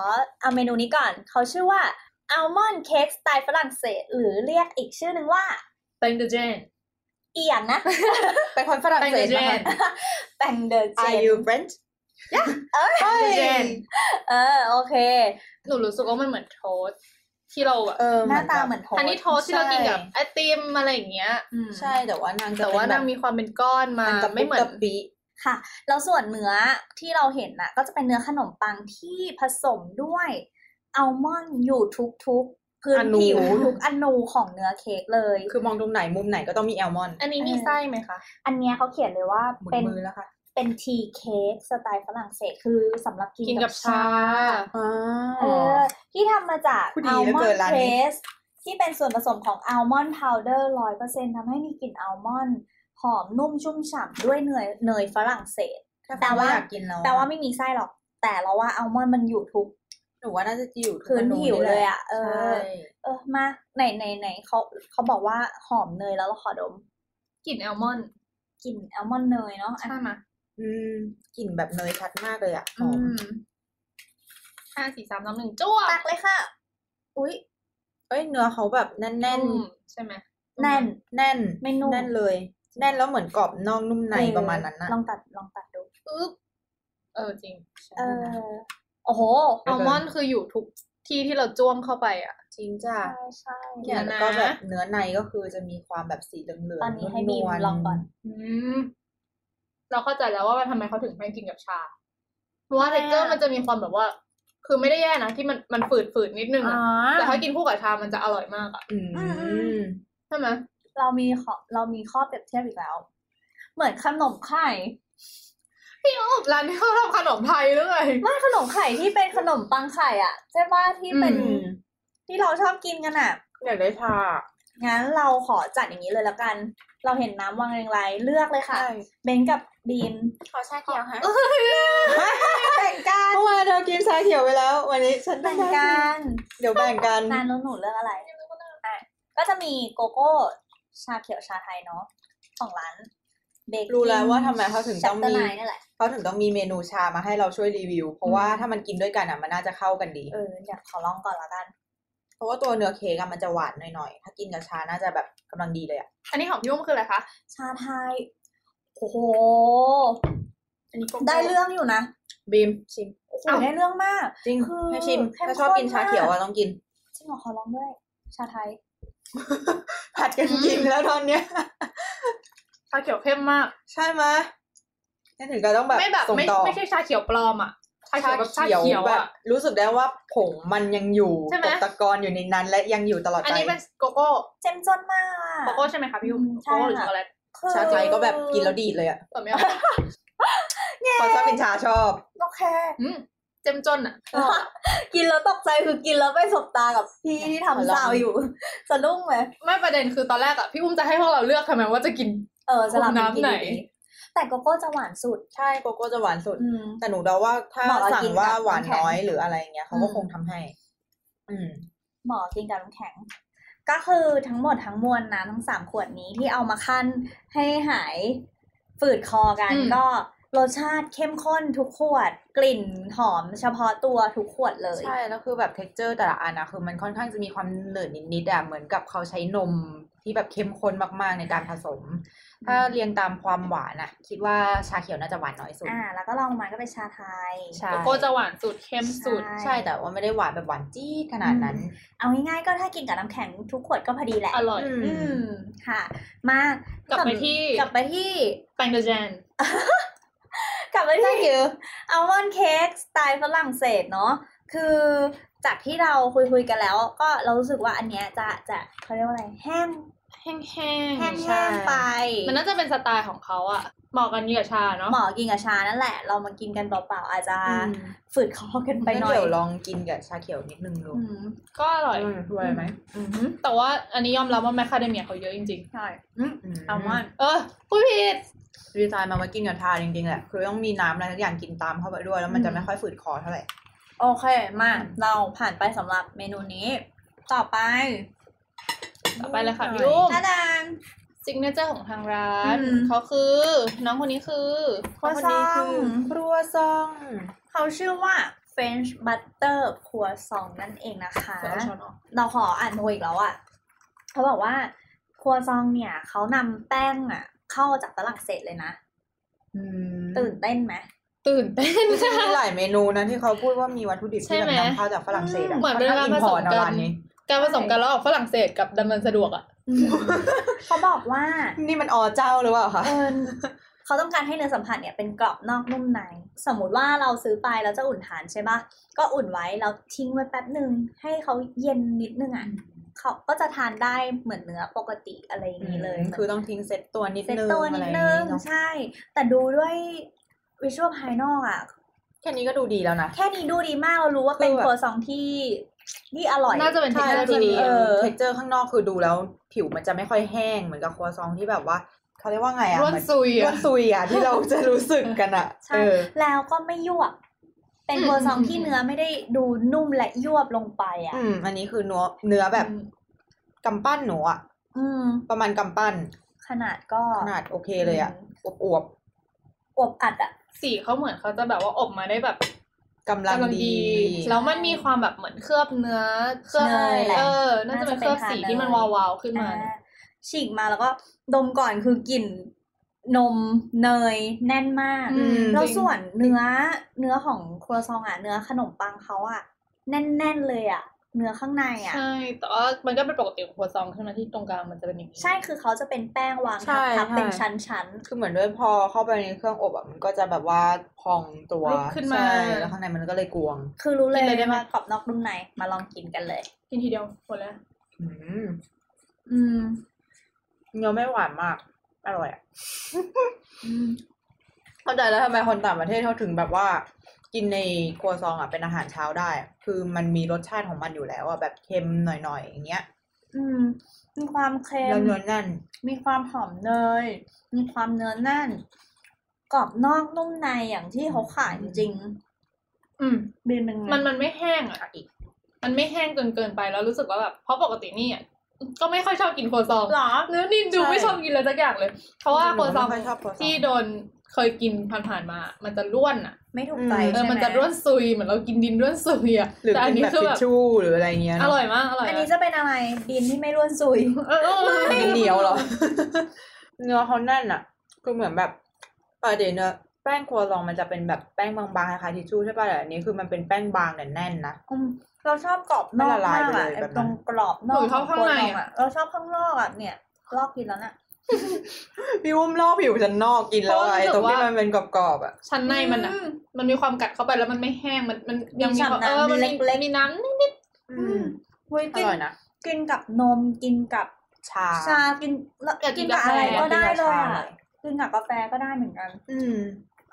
[SPEAKER 3] เอาเมนูนี้ก่อน เขาชื่อว่าอัลมอนด์เค้กสไตล์ฝรั่งเศส หรือเรียกอีกชื่อนึงว่า
[SPEAKER 4] แตงเจน
[SPEAKER 3] อีหยังนะ
[SPEAKER 5] เป็นคนฝรั่ง
[SPEAKER 4] แตง
[SPEAKER 5] เศ
[SPEAKER 4] เด
[SPEAKER 5] ส
[SPEAKER 4] เจ
[SPEAKER 5] นะ
[SPEAKER 4] น
[SPEAKER 5] คะ
[SPEAKER 3] แปงเดอร์เจ
[SPEAKER 5] Are
[SPEAKER 3] น
[SPEAKER 5] you French
[SPEAKER 3] เอ้ย
[SPEAKER 5] เฮ้ย
[SPEAKER 4] เจน
[SPEAKER 3] เออโอเค
[SPEAKER 4] หนูรู้สึกว่ามันเหมือนโทสต์ที่เราแบบ
[SPEAKER 5] เออ
[SPEAKER 3] หน้าตาเห
[SPEAKER 5] แบบ
[SPEAKER 3] มือนโทษ
[SPEAKER 4] อันนี้โทสต์ที่เรากินกับไอติมอะไรอย่างเงี้ย
[SPEAKER 3] อืม
[SPEAKER 5] ใช่แต่ว่านางจะ
[SPEAKER 4] แต่ว่า
[SPEAKER 5] เป็
[SPEAKER 4] นางมีความเป็นก้อนมา
[SPEAKER 5] จะ
[SPEAKER 4] ไม่เหมือน
[SPEAKER 5] ปี
[SPEAKER 3] ค่ะ แล้วส่วนเนื้อที่เราเห็นน่ะ ก็จะเป็นเนื้อขนมปังที่ผสมด้วยอัลมอนด์อยู่ทุกๆพื้นผิว
[SPEAKER 4] อนุ
[SPEAKER 3] ทุกอนูของเนื้อเค้กเลย
[SPEAKER 5] คือมองตรงไหนมุมไหนก็ต้องมีแอลมอนด์
[SPEAKER 4] อันนี้มีไส้ไหมคะ
[SPEAKER 3] อันเนี้ยเขาเขียนเลยว่า
[SPEAKER 5] หมุน
[SPEAKER 3] เป็น
[SPEAKER 5] มือแล้วค่ะ
[SPEAKER 3] เป็นทีเค้กสไตล์ฝรั่งเศสคือสำหรับกิน
[SPEAKER 4] กินกับชา
[SPEAKER 5] อ๋อ
[SPEAKER 3] เออที่ทำมาจาก
[SPEAKER 5] ผู้ดี
[SPEAKER 3] อัล
[SPEAKER 5] เหลือ
[SPEAKER 3] มอ
[SPEAKER 5] เกิ
[SPEAKER 3] น
[SPEAKER 5] น
[SPEAKER 3] ด์
[SPEAKER 5] ร้าน
[SPEAKER 3] เพร
[SPEAKER 5] นี้
[SPEAKER 3] สที่เป็นส่วนผสมของอัลมอนด์พาวเดอร์ร้อยเปอร์เซ็นต์ทำให้มีกลิ่นอัลมอนด์หอมนุ่มชุ่มฉ่ำด้วยเนยเนยฝรั่งเศส แต่
[SPEAKER 5] แต่
[SPEAKER 3] ว่า
[SPEAKER 5] ว่าอยากกินแล้ว
[SPEAKER 3] แปลว่าไม่มีไส้หรอก แต่เราว่าอัลมอนด์มันอยู่ทุก
[SPEAKER 5] หนูว่าน่าจะอยู่ทุก
[SPEAKER 3] พื้น
[SPEAKER 5] ม
[SPEAKER 3] ผิวเลยอ่ะ เอ
[SPEAKER 5] ใช่
[SPEAKER 3] อ เออ มาไหนไหนไหนเขาเขาบอกว่าหอมเนยแล้วเราขอดม
[SPEAKER 4] กลิ่นแอลมอนด์
[SPEAKER 3] กลิ่นอัลมอนด์เนยเนาะอัน
[SPEAKER 4] ใช่ไหม
[SPEAKER 5] อืมกลิ่นแบบเนยชัดมากเลยอ่ะห
[SPEAKER 4] อื
[SPEAKER 5] อม
[SPEAKER 4] มห้าสี่สามสองหนึ่งจ้ว
[SPEAKER 3] ตักเลยค่ะ อุ้ย
[SPEAKER 5] เอ้ยเนื้อเขาแบบแน่นแน่น
[SPEAKER 4] อืมใช่ไหม
[SPEAKER 3] แน่น
[SPEAKER 5] แน่น
[SPEAKER 3] ไม่นุ่ม
[SPEAKER 5] แน่นเลย แน่นแล้วเหมือนกรอบนอกนุ่มใน
[SPEAKER 3] เออ
[SPEAKER 5] ประมาณนั้นนะ
[SPEAKER 3] ลองตัดลองตัดดู
[SPEAKER 4] ปึ๊บเออจริง
[SPEAKER 3] เออ โอ้โห
[SPEAKER 4] แอลมอนด์คืออยู่ทุกที่ที่เราจ้วงเข้าไปอ่ะ
[SPEAKER 5] จริงจ้ะ
[SPEAKER 3] ใช่ใช่
[SPEAKER 5] เนี่ย
[SPEAKER 4] เดี๋ยวนะ
[SPEAKER 5] แล้วก็แบบเนื้อในก็คือจะมีความแบบสีเหลืองๆ
[SPEAKER 3] ตอนนี้ให้บีม
[SPEAKER 5] วล
[SPEAKER 3] ลองก่อน
[SPEAKER 4] อืมเราเข้าใจแล้วว่ามันทำไมเขาถึงให้กินกับชา เพราะว่าเท็กเจอร์มันจะมีความแบบว่า คือไม่ได้แย่นะที่มันมันฝืดฝืดๆนิดนึง
[SPEAKER 3] อ๋
[SPEAKER 4] อะ
[SPEAKER 3] อ
[SPEAKER 4] แต่ถ้ากินคู่กับชามันจะอร่อยมากอ่ะ
[SPEAKER 5] อื
[SPEAKER 3] อื
[SPEAKER 5] ม
[SPEAKER 4] ใช่ไหม
[SPEAKER 3] เรามีขอเรามีข้อเปรียบเทียบอีกแล้ว เหมือนขนมไข่
[SPEAKER 4] พี่อ๊บร้านนี้เขาทำขนมไทยด้วย
[SPEAKER 3] ไม่ขนมไข่ที่เป็นขนมปังไข่อ่ะใช่ป่ะที่เป็น
[SPEAKER 4] อืม
[SPEAKER 3] ที่เราชอบกินกันอ่ะ
[SPEAKER 5] อยากได้ชา
[SPEAKER 3] งั้นเราขอจัดอย่างนี้เลยแล้วกัน เราเห็นน้ำวางเรียงรายเลือกเลยค่ะ เบนกับบีม
[SPEAKER 5] ขอชาเขียวฮะ
[SPEAKER 3] แบ่งกัน
[SPEAKER 5] เมื่อวานเรากินชาเขียวไปแล้ว วันนี้ฉันต้อ
[SPEAKER 3] แบ่งกัน
[SPEAKER 5] เดี๋ยวแบ่งกัน
[SPEAKER 3] นานนุหนูเลือกอะไรอ่ะก็จะมีโกโก้ชาเขียวชาไทยเนาะของร้านเบก
[SPEAKER 5] รู้แล้วว่าทำไมเขาถึงต้องมี
[SPEAKER 3] นายนี่แหละ
[SPEAKER 5] เขาถึงต้องมีเมนูชามาให้เราช่วยรีวิว เพราะว่าถ้ามันกินด้วยกันอ่ะมันน่าจะเข้ากันดี
[SPEAKER 3] เอออยากขอลองก่อนละกัน
[SPEAKER 5] เพราะว่าตัวเนื้อเค้กอะมันจะหวานหน่อยๆ ถ้ากินกับชาน่าจะแบบกำลังดีเลยอ่ะ
[SPEAKER 4] อันนี้ของพี่อุ้มคืออะไรคะ
[SPEAKER 3] ชาไทยโอ้โห
[SPEAKER 4] อันนี้โกโก้
[SPEAKER 3] ได้เรื่องอยู่นะ
[SPEAKER 5] บีมชิม
[SPEAKER 3] โอ้โห
[SPEAKER 4] เอ้า
[SPEAKER 3] ได้เรื่องมาก
[SPEAKER 5] จริง
[SPEAKER 3] คือ
[SPEAKER 5] ให้ชิม
[SPEAKER 3] เข้ม
[SPEAKER 5] ถ้าชอบ
[SPEAKER 3] ข้น
[SPEAKER 5] กินชาม
[SPEAKER 3] าก
[SPEAKER 5] เขียวอ่ะต้องกิน
[SPEAKER 3] จริงเหรอขอลองด้วย ชาไทย
[SPEAKER 5] ผัดกันกินแล้วตอนเนี้ย
[SPEAKER 4] ชาเขียวเข้มมาก
[SPEAKER 5] ใช่ไหมยนี่ถึงก็ต้องแบบ
[SPEAKER 4] ไม่แบบ
[SPEAKER 5] ส่ง
[SPEAKER 4] ไม่
[SPEAKER 5] ต่อ
[SPEAKER 4] ไม่ใช่ชาเขียวปลอมอ่ะ ชาเขียวแบบชาเขียว
[SPEAKER 5] แบ
[SPEAKER 4] อ่ะ
[SPEAKER 5] บรู้สึกได้ว่าผงมันยังอยู่
[SPEAKER 4] ใช่ไหม
[SPEAKER 5] ตกตะกอนอยู่ในนั้น และยังอยู่ตลอดไป
[SPEAKER 4] อันนี้เป็นโกโก้
[SPEAKER 3] เจ้มจนมากอะ
[SPEAKER 4] โกโก้ใช่ไหมคะพี่อุ้ม
[SPEAKER 3] อืมใช่
[SPEAKER 4] โกโก้หรือ
[SPEAKER 3] ค่ะ
[SPEAKER 4] ช็อก
[SPEAKER 3] คือ
[SPEAKER 4] โกแลต
[SPEAKER 5] ชาไทยก็แบบกินแล้วดีดเลยอ่ะ
[SPEAKER 4] แต่ไม่เอา
[SPEAKER 5] พอชอบกินชาชอบ
[SPEAKER 3] โอเค
[SPEAKER 4] อืมเจมจนอ่ะ
[SPEAKER 3] กินแล้วตกใจคือกินแล้วไปสบตากับพี่ที่
[SPEAKER 5] หัว
[SPEAKER 3] ทำ
[SPEAKER 5] เราะ
[SPEAKER 3] ซาวอยู่ สะดุ้งไหม
[SPEAKER 4] ไม่ประเด็นคือตอนแรกอ่ะพี่อุ้มจะให้พวกเราเลือกทำไมว่าจะกิน
[SPEAKER 3] เออสลับ
[SPEAKER 4] น้ำ
[SPEAKER 3] กิน
[SPEAKER 4] ไหน
[SPEAKER 3] ดีๆแต่โกโก้จะหวานสุด
[SPEAKER 5] ใช่โกโก้จะหวานสุด
[SPEAKER 3] อืม
[SPEAKER 5] แต่หนูเดาว่าถ้า
[SPEAKER 3] บอกว่า
[SPEAKER 5] สั่
[SPEAKER 3] กิ
[SPEAKER 5] ง
[SPEAKER 3] น
[SPEAKER 5] ว่า
[SPEAKER 3] กับ
[SPEAKER 5] หวาน
[SPEAKER 3] น้ำแข็ง
[SPEAKER 5] น้อยหรืออะไรอย่างเงี้ยเขาก็
[SPEAKER 3] อืม
[SPEAKER 5] คงทำให้ อืม
[SPEAKER 3] หมอกินกับน้ำแข็ง ก็คือทั้งหมดทั้งมวลนะทั้งสามขวดนี้ที่เอามาคั่นให้หายฝืดคอกัน
[SPEAKER 4] อืม
[SPEAKER 3] ก็รสชาติเข้มข้นทุกขวด กลิ่นหอมเฉพาะตัวทุกขวดเลย
[SPEAKER 5] ใช่ แล้วคือแบบเท็กเจอร์แต่ละอันอะคือมันค่อนข้างจะมีความเหนืดนิดๆอะเหมือนกับเขาใช้นมที่แบบเข้มข้นมากๆในการผสม ถ้าเรียงตามความหวานอะคิดว่าชาเขียวน่าจะหวานน้อยสุด
[SPEAKER 3] อ่า แล้วก็ลองลงมาก็เป็นชาไทย
[SPEAKER 5] ใช่
[SPEAKER 4] โกโก้จะหวานสุดเข้มสุด
[SPEAKER 3] ใช่
[SPEAKER 5] ใช่แต่ว่าไม่ได้หวานแบบหวานจี้ขนาดนั้น
[SPEAKER 3] เอาง่ายๆก็ถ้ากินกับน้ำแข็งทุกขวดก็พอดีแหละ
[SPEAKER 4] อร่อย
[SPEAKER 5] อืม
[SPEAKER 3] อืมค่ะ มาก
[SPEAKER 4] กลับไปที่
[SPEAKER 3] กลับไปที่
[SPEAKER 4] แปงเดอร์เจน
[SPEAKER 3] กลับไปที่อัลมอนด์เค้กสไตล์ฝรั่งเศสเนาะคือจากที่เราคุยคุยๆกันแล้ว ก็เรารู้สึกว่าอันเนี้ยจะจะเขาเรียกว่าอะไรแห้ง
[SPEAKER 4] แห้ง
[SPEAKER 3] แห้ง
[SPEAKER 5] ใช่
[SPEAKER 3] แห้งไป
[SPEAKER 4] ๆ มันน่าจะเป็นสไตล์ของเขาอ่ะ เหมาะกันเหยื่อชาเนาะ
[SPEAKER 3] หมอกินกับชานั่นแหละ เรามากินกันเปล่าๆอาจจะ
[SPEAKER 5] อืม
[SPEAKER 3] ฝืดคอกันไป
[SPEAKER 5] งั้น
[SPEAKER 3] หน่อย
[SPEAKER 5] เดี๋ยวลองกินกับชาเขียวนิดนึงดู
[SPEAKER 3] อืม
[SPEAKER 4] ก็อร่อย
[SPEAKER 5] ช่วยไหม
[SPEAKER 3] อืม
[SPEAKER 4] แต่ว่าอันนี้ยอมรับว่าแมคคาเดเมียเขาเยอะจริง
[SPEAKER 3] ใช่
[SPEAKER 5] ม
[SPEAKER 3] อัลมอนด์
[SPEAKER 4] ๆ เออพูดผิด
[SPEAKER 5] ดีไซน์มามากินกับทาจริงๆแหละ คือต้องมีน้ำอะไรทุกอย่างกินตามเข้าไปด้วย แล้วมันจะไม่ค่อยฝืดคอเท่าไหร่
[SPEAKER 3] โอเคมาเราผ่านไปสำหรับเมนูนี้ ต่อไป
[SPEAKER 4] ต่อไปเลยค่ะพี่อุ้ม
[SPEAKER 3] น้าดาง
[SPEAKER 4] ซิกเนเจอร์ของทางร้าน
[SPEAKER 3] อืม
[SPEAKER 4] เขาคือ น้องคนนี้คือ
[SPEAKER 3] ครัวซอง
[SPEAKER 5] ครัวซอง
[SPEAKER 3] เขาชื่อว่า French butter ครัวซองนั่นเองนะคะ
[SPEAKER 4] ขอเอาช้อนออก
[SPEAKER 3] เราขออ่านโพยอีกแล้วอะ่ะเขาบอกว่า ครัวซองเนี่ยเขานำแป้งอ่ะ เข้าจากฝรั่งเศสเลยนะ
[SPEAKER 5] อืม
[SPEAKER 3] ตื่นเต้นไหม
[SPEAKER 4] ตื่นเต้น
[SPEAKER 5] จริงๆมีหลายเมนูนะที่เขาพูดว่ามีวัตถุดิบ
[SPEAKER 4] ใช่
[SPEAKER 5] ที่แบบ
[SPEAKER 4] ไหม
[SPEAKER 5] นำเข้าจากฝรั่งเศสอะ
[SPEAKER 4] เหมือนเป็นการผสม
[SPEAKER 5] เขาทำ import เอา
[SPEAKER 4] กั
[SPEAKER 5] ร้าน นนี้
[SPEAKER 4] การผสมกันระหว่างฝรั่งเศสกับดำเนินสะดวกอ่ะ
[SPEAKER 3] เขาบอกว่า
[SPEAKER 5] นี่มันอเจ้าหรือเปล่าคะ
[SPEAKER 3] เออเขาต้องการให้เนื้อสัมผัสเนี่ยเป็นกรอบนอกนุ่มใน สมมุติว่าเราซื้อไปแล้วจะอุ่นฐานใช่ปะก็อุ่นไว้แล้วทิ้งไว้แป๊บหนึ่งให้เขาเย็นนิดนึงอ่ะเขาก็จะทานได้เหมือนเนื้อปกติอะไรอย่างนี้เลย
[SPEAKER 5] คือต้องทิ้งเซ็ตตัวนิด
[SPEAKER 3] เซ็ต
[SPEAKER 5] นึง
[SPEAKER 3] ตัวนิดนึง
[SPEAKER 5] อะไรอย่างงี้เนาะ
[SPEAKER 3] ใช่ แต่ดูด้วยวิชวลภายนอกอ่ะ
[SPEAKER 5] แค่นี้ก็ดูดีแล้วนะ
[SPEAKER 3] แค่นี้ดูดีมากเรารู้ว่าเป็น
[SPEAKER 5] คือแบบ
[SPEAKER 3] ครัวซองที่ที่อร่อย
[SPEAKER 4] น่าจะเป็นเท
[SPEAKER 5] ใช่
[SPEAKER 4] คโนโล
[SPEAKER 5] จะ
[SPEAKER 4] ยี
[SPEAKER 5] มี
[SPEAKER 3] เออ
[SPEAKER 5] เท็กเจอร์ข้างนอกคือดูแล้วผิวมันจะไม่ค่อยแห้งเหมือนกับครัวซองที่แบบว่าเขาเรียกว่าไงอ่ะ
[SPEAKER 4] ร่วนซุย
[SPEAKER 5] ร่ว
[SPEAKER 4] อ่ะ
[SPEAKER 5] นซุยอ่ะที่เราจะรู้สึกกันอ่ะ
[SPEAKER 3] ใช่
[SPEAKER 5] เออ
[SPEAKER 3] แล้วก็ไม่ยวบเป็นครัวซอง
[SPEAKER 4] อืม
[SPEAKER 3] ที่เนื้อไม่ได้ดูนุ่มและยวบลงไปอ่ะ
[SPEAKER 5] อืมอันนี้คือเนื้อเนื้อแบบกำปั้นหนูอ่ะ
[SPEAKER 3] อืม
[SPEAKER 5] ประมาณกำปั้น
[SPEAKER 3] ขนาดก็
[SPEAKER 5] ขนาดโอเคเลยอ่ะอวบอวบ
[SPEAKER 3] อวบอัดอ่ะ
[SPEAKER 4] สีเขาเหมือนเขาจะแบบว่าอบมาได้แบบ
[SPEAKER 5] ๆกำลัง
[SPEAKER 4] กำลัง
[SPEAKER 5] ดี
[SPEAKER 4] ดี แล้วมันมีความแบบเหมือนเคลือบเนื้อเคลือบ
[SPEAKER 3] เนยแหละ
[SPEAKER 4] เออน่าจะเป็นเคลือบสีที่มันวาวๆขึ้นมา
[SPEAKER 3] อ่าฉีกมาแล้วก็ดมก่อนคือกลิ่นนมเนยแน่นมาก
[SPEAKER 5] อืม
[SPEAKER 3] แล้ว
[SPEAKER 4] จริง
[SPEAKER 3] ส่วนเนื้อเนื้อของครัวซองอ่ะ เนื้อขนมปังเขาอ่ะ แน่นๆเลยอ่ะ เนื้อข้างในอ่ะ
[SPEAKER 4] ใช่ แต่ว่ามันก็เป็นปกติของครัวซองใช่ไหมที่ตรงกลางมันจะเป็นอย่างนี้
[SPEAKER 3] ใช่คือเขาจะเป็นแป้งวาง
[SPEAKER 5] ใช่
[SPEAKER 3] ทับทับ
[SPEAKER 5] ใช่
[SPEAKER 3] เป็นชั้น
[SPEAKER 5] คือเหมือนด้วยพอเข้าไปในเครื่องอบอ่ะมันก็จะแบบว่าพองตัว
[SPEAKER 4] ลุกขึ้นมา
[SPEAKER 5] ใช่แล้วข้างในมันก็เลยกวง
[SPEAKER 3] ๆ คือรู้เลย
[SPEAKER 4] กินเลยได้ไหม
[SPEAKER 3] ว่ากรอบนอกนุ่มในมาลองกินกันเลย
[SPEAKER 4] กินทีเดียวหมดแล้ว
[SPEAKER 5] อืม
[SPEAKER 3] อืม
[SPEAKER 5] เนื้อไม่หวานมาก อร่อยอ่ะ
[SPEAKER 3] อืม
[SPEAKER 5] เข้าใจแล้วทำไมคนต่างประเทศเขาถึงแบบว่า กินในครัวซองอ่ะเป็นอาหารเช้าได้ คือมันมีรสชาติของมันอยู่แล้วอ่ะแบบเค็มหน่อยๆอย่างเงี้ย
[SPEAKER 3] อืมมีความเค็ม
[SPEAKER 5] แล้วเนื้อแน่น
[SPEAKER 3] มีความหอมเนย มีความเนื้อแน่น กรอบนอกนุ่มในอย่างที่เขาขายจริง
[SPEAKER 4] อืม
[SPEAKER 3] ๆบีนเป็นไง
[SPEAKER 4] มันมันไม่แห้งอ่ะอีก มันไม่แห้งจนเกินไปแล้วรู้สึกว่าแบบเพราะปกตินี่อ่ะก็ไม่ค่อยชอบกินโคซอง
[SPEAKER 3] หรอ
[SPEAKER 4] เนื้อนี่ดูไม่ชอบกินเลยสักอย่างเลย เพราะว่าโคซอง
[SPEAKER 5] หนูไม่ค่อยชอบครัวซอง
[SPEAKER 4] ที่โดนเคยกินผ่านๆมา มันจะร่วนอ่ะ
[SPEAKER 3] ไม่ถูกใจ
[SPEAKER 4] เอ
[SPEAKER 3] ใช่
[SPEAKER 4] อ
[SPEAKER 3] ไหม
[SPEAKER 4] มันจะร่วนซุยเหมือนเรากินดินร่วนซุยอ่ะ
[SPEAKER 5] หรือ
[SPEAKER 4] แต่อั
[SPEAKER 5] กิ
[SPEAKER 4] น
[SPEAKER 5] น
[SPEAKER 4] นี้
[SPEAKER 5] แบบ
[SPEAKER 4] คือ
[SPEAKER 5] ทิช
[SPEAKER 4] แบบ
[SPEAKER 5] ชู่หรืออะไรเงี้ย
[SPEAKER 4] อ
[SPEAKER 5] เนาะ
[SPEAKER 4] ร่อยมากอร่อย
[SPEAKER 3] อัน
[SPEAKER 4] มาก
[SPEAKER 3] นี้จะเป็นอะไรบีนที่ไม่ร่วนซุย
[SPEAKER 4] เออเออเออ
[SPEAKER 5] เหนียวเหรอ เนื้อเขาแน่นอ่ะ คือเหมือนแบบปกติเนื้อแป้งครัวซองมันจะเป็นแบบแป้งบางๆคล้ายๆทิชชู่ใช่ป่ะแต่อันนี้คือมันเป็นแป้งบางแต่แน่นนะ
[SPEAKER 3] อืมเราชอบกรอบนอก
[SPEAKER 5] มันละลาย
[SPEAKER 3] มาก
[SPEAKER 5] ไป
[SPEAKER 3] อะ
[SPEAKER 5] เลยแบบนั้น
[SPEAKER 3] ไอ้ตรงกรอบนอก
[SPEAKER 4] หรือชอบข้างในอะ
[SPEAKER 3] ขอครัวซอเราชอบข้างนอกอะเนี่ยลอกกินแล้วน่ะ
[SPEAKER 5] พี่อุ้มลอกผิวฉันนอกกินแล้วอะไอ้ตรงที่มันเป็นกรอบๆอ่ะ
[SPEAKER 4] ชั้นในมันอ่ะ มันมีความกัดเข้าไปแล้วมันไม่แห้งมันมันยังมีความ
[SPEAKER 3] มีฉ่ำน้ำ
[SPEAKER 4] เออมันมี
[SPEAKER 3] เล็กๆ
[SPEAKER 4] มีน้ำนิด
[SPEAKER 5] อื
[SPEAKER 3] อื
[SPEAKER 5] ม
[SPEAKER 3] มเว้ย
[SPEAKER 5] อ
[SPEAKER 3] กิน
[SPEAKER 5] ร่อยนะ
[SPEAKER 3] กินกับนมกินกับ
[SPEAKER 5] ชา
[SPEAKER 3] ชากินแล้วกินกับอะไร
[SPEAKER 5] กินกับ
[SPEAKER 3] ก็ได้
[SPEAKER 5] ชา
[SPEAKER 3] เลย
[SPEAKER 5] เล
[SPEAKER 3] อะ
[SPEAKER 5] ย
[SPEAKER 3] กินกับกาแฟก็ได้เหมือนกัน
[SPEAKER 5] อืม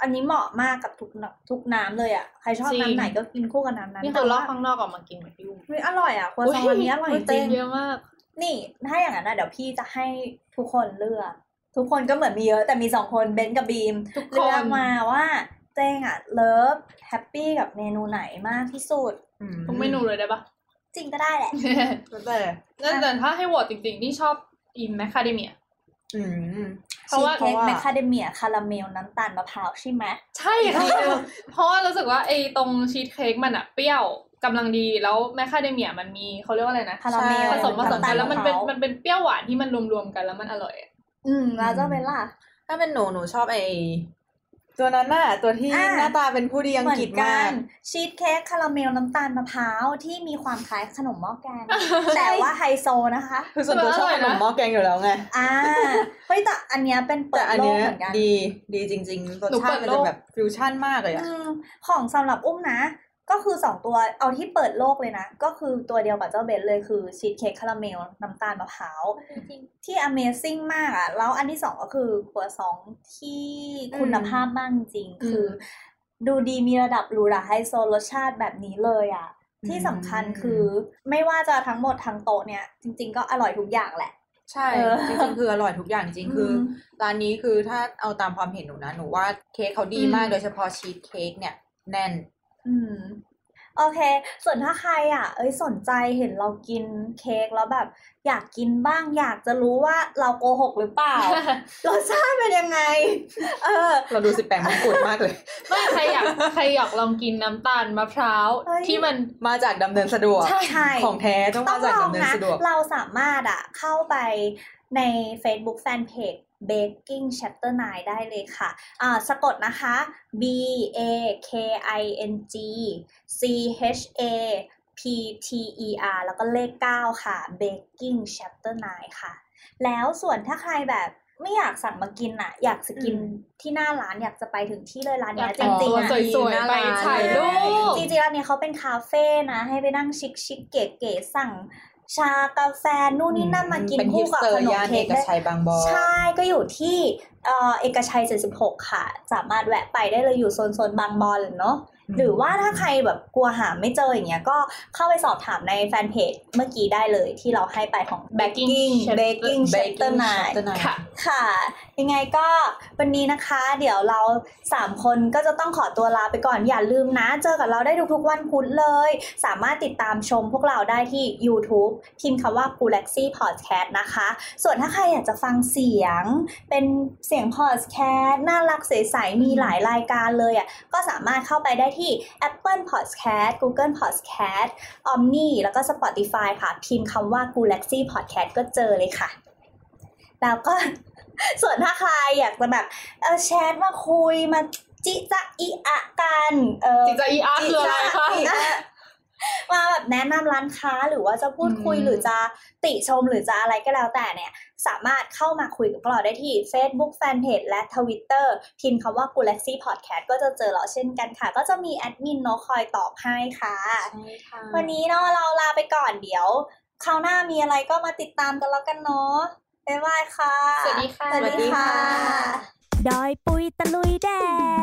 [SPEAKER 3] อันนี้เหมาะมากกับทุกน้ำทุกน้ำเลยอ่ะ ใครชอบน้ำไหนก็กินคู่กับน้ำนั้น
[SPEAKER 4] ๆนี่
[SPEAKER 3] แต่
[SPEAKER 4] คือลอ
[SPEAKER 3] ว่าก
[SPEAKER 4] ข้างนอกออกมากินเหมือนพี่อุ้ม
[SPEAKER 3] เฮ้ยอร่อยอ่ะครัวซองอันนี้อร่อยจริง
[SPEAKER 4] เยอะมาก
[SPEAKER 3] นี่ ถ้าอย่างนั้นนะเดี๋ยวพี่จะให้ทุกคนเลือก ทุกคนก็เหมือนมีเยอะ แต่มีสองคนเบนกับบีม
[SPEAKER 4] ทุกค
[SPEAKER 3] เลือน กมาว่าเจ้งอ่ะเลิฟแฮปปี้กับเมนูไหนมากที่สุด
[SPEAKER 4] ทุกเมนูเลยได้ปะ
[SPEAKER 3] จริงก็ได้แหละ
[SPEAKER 5] แต่
[SPEAKER 4] นั่นแต่ถ้าให้โหวตจริงๆ นี่ชอบอิมแมคคาเดเมีย
[SPEAKER 5] อืม
[SPEAKER 4] เพ
[SPEAKER 3] ชีส
[SPEAKER 4] ราะว่า
[SPEAKER 3] เค้กแมค
[SPEAKER 5] เพราะว่า
[SPEAKER 3] คาเดเมียคาราเมลน้ำตาลมะพร้าวใช่ไหม
[SPEAKER 4] ใช่ค่ะ เพราะว่ารู้สึกว่าไอ้ตรงชีสเค้กมันอะเปรี้ยวกำลังดีแล้วแมคคาเดเมียมันมีเขาเรียกว่าอะไรนะ
[SPEAKER 3] คาราเมล
[SPEAKER 4] ผสมผสมกันแล้วมันเป็น
[SPEAKER 3] ำตาะพร้า
[SPEAKER 4] มันเป็นเปรี้ยวหวานที่มันรวมๆกันแล้วมันอร่อยอะ
[SPEAKER 3] อืมแล้วเจ้าเบลล่ะ
[SPEAKER 5] ถ้าเป็นหนูหนูชอบไอตัวนั้นน่ะตัวที่
[SPEAKER 3] อ่า
[SPEAKER 5] หน้าตาเป็นผู้ดีอังกฤษมาก
[SPEAKER 3] ชีสเค้กคาราเมลน้ำตาลมะพร้าวที่มีความคล้ายขนมหม้อแกง แต่ว่าไฮโซนะคะ
[SPEAKER 5] คือส่วนตัวชอบขนมหม้อแกงอยู่แล้วไง
[SPEAKER 3] อ่าเฮ้ยแต่อันเนี้ยเป็นเปิ
[SPEAKER 5] แต่
[SPEAKER 3] ด
[SPEAKER 5] อัน
[SPEAKER 3] โลก
[SPEAKER 5] เนี้ย
[SPEAKER 3] เหมือนกัน
[SPEAKER 5] ดีดีจริงๆรสชาติมันจะแบบฟิวชั่นมากเลยอะ
[SPEAKER 3] อืมของสำหรับอุ้มนะ ก็คือสองตัวเอาที่เปิดโลกเลยนะ ก็คือตัวเดียวกับเจ้าเบนเลยคือชีสเค้กคาราเมลน้ำตาลมะพร้าวที่ Amazing มากอ่ะ แล้วอันที่สองก็คือครัวซองที่คุณภาพมากจริงๆคือ ดูดีมีระดับหรูหราไฮโซรสชาติแบบนี้เลยอ่ะ ที่สำคัญคือไม่ว่าจะทั้งหมดทั้งโต๊ะเนี่ย จริง ๆ ก็อร่อยทุกอย่างแหละ
[SPEAKER 5] ใช่
[SPEAKER 3] เออ
[SPEAKER 5] จริงๆคืออร่อยทุกอย่างจริงๆคืออร้านนี้คือถ้าเอาตามความเห็นหนูนะหนูว่าเค้กเขาดีมากโดยเฉพาะชีสเค้กเนี่ยแน่น
[SPEAKER 3] อืม โอเค ส่วนถ้าใครอ่ะ เอ้ยสนใจเห็นเรากินเค้กแล้วแบบ อยากกินบ้างอยากจะรู้ว่าเราโกหกหรือเปล่า รสชาติเป็นยังไง เออ
[SPEAKER 5] เราดูสิบแปดมงกุฎมากเลย
[SPEAKER 4] ไม่ใครอยากใครอยากลองกินน้ำตาลมะพร้าว
[SPEAKER 3] เฮ้ย
[SPEAKER 4] ที่มัน
[SPEAKER 5] มาจากดำเนินสะดวก
[SPEAKER 3] ใช่
[SPEAKER 5] ของแท้ต้อง
[SPEAKER 3] ต้อ
[SPEAKER 5] มาง จาก
[SPEAKER 3] ลอ
[SPEAKER 5] ดำ
[SPEAKER 3] ง
[SPEAKER 5] เนิน
[SPEAKER 3] นะ
[SPEAKER 5] สะดวก
[SPEAKER 3] เราสามารถอ่ะเข้าไป ใน Facebook Fanpage Baking Chapter 9 ได้เลยค่ะอ่าสะกดนะคะ B A K I N G C H A P T E R แล้วก็เลข 9 ค่ะ Baking Chapter 9 ค่ะ แล้วส่วนถ้าใครแบบไม่อยากสั่งมากินอ่ะ อยากจะกิน
[SPEAKER 4] อืม
[SPEAKER 3] ที่หน้าร้านอยากจะไปถึงที่เลยร้าน
[SPEAKER 4] อ
[SPEAKER 3] เนี้
[SPEAKER 4] ยา
[SPEAKER 3] ย
[SPEAKER 4] ก
[SPEAKER 3] จ
[SPEAKER 4] แต่ง
[SPEAKER 3] ริงๆ
[SPEAKER 4] ตัว
[SPEAKER 3] อ่ะ
[SPEAKER 4] สวยๆไปถ่ายรูป
[SPEAKER 3] จริงๆแล้วเนี่ยเขาเป็นคาเฟ่นะ ให้ไปนั่งชิคๆเก๋ๆสั่ง ชากาแฟนู่นนี่นั่นมากิน
[SPEAKER 5] เป็นฮิ
[SPEAKER 3] คู่
[SPEAKER 5] ปส
[SPEAKER 3] กับ
[SPEAKER 5] เตอ
[SPEAKER 3] ข
[SPEAKER 5] ร์
[SPEAKER 3] นม
[SPEAKER 5] ย่าน
[SPEAKER 3] เค้
[SPEAKER 5] เอก ก
[SPEAKER 3] ได้
[SPEAKER 5] ชัยบางบอน
[SPEAKER 3] ใช่ก็อยู่ที่เอ่อเอกชัย 76 ค่ะ สามารถแวะไปได้เลยอยู่โซนๆบางบอนเนาะหรือว่าถ้าใครแบบกลัวหาไม่เจออย่างเงี้ยก็เข้าไปสอบถามในแฟนเพจเมื่อกี้ได้เลยที่เราให้ไปของ
[SPEAKER 4] Baking Chapter
[SPEAKER 3] Baking
[SPEAKER 5] เบ
[SPEAKER 3] Chapter 9
[SPEAKER 4] ค่ะ
[SPEAKER 3] ค่ะ ยังไงก็วันนี้นะคะ เดี๋ยวเรา 3 คนก็จะต้องขอตัวลาไปก่อนอย่าลืมนะ เจอกับเราได้ทุกๆวันพุธเลย สามารถติดตามชมพวกเราได้ที่ YouTube พิมพ์คำว่า g a l a x y Podcast นะคะ ส่วนถ้าใครอยากจะฟังเสียง เป็นเสียงพอดแคสต์น่ารักใสๆมีหลายรายการเลยอ่ะก็สามารถเข้าไปได้ที่ Apple Podcast Google Podcast Omni แล้วก็ Spotify ค่ะ พิมพ์คำว่า g a l a x y Podcast ก็เจอเลยค่ะ แล้วก็ ส่วนถ้าใครอยากจะแบบเออแชทมาคุยมาจิจะอีอะกันเออ
[SPEAKER 4] จิจาอีอาร์คืออะไรคะ
[SPEAKER 3] จิจ๊ะอีอะมาแบบแนะนำร้านค้าหรือว่าจะพูดคุย
[SPEAKER 4] อืม
[SPEAKER 3] หรือจะติชมหรือจะอะไรก็แล้วแต่เนี่ย สามารถเข้ามาคุยกับพวกเราได้ที่ Facebook Fanpage และ Twitter พิมพ์คำว่า g a l a x y Podcast ก็จะเจอเราเช่นกันค่ะ ก็จะมีแอดมินเนาะคอยตอบให้ค่ะ วันนี้เนาะเราลาไปก่อนเดี๋ยวคราวหน้ามีอะไรก็มาติดตามกันแล้วกันเนาะบ๊ายบายค่ะ
[SPEAKER 4] สวัสดีค่ะ
[SPEAKER 3] สวัสดีค่ะ
[SPEAKER 2] ดอยปุยตะลุยแด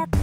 [SPEAKER 2] ด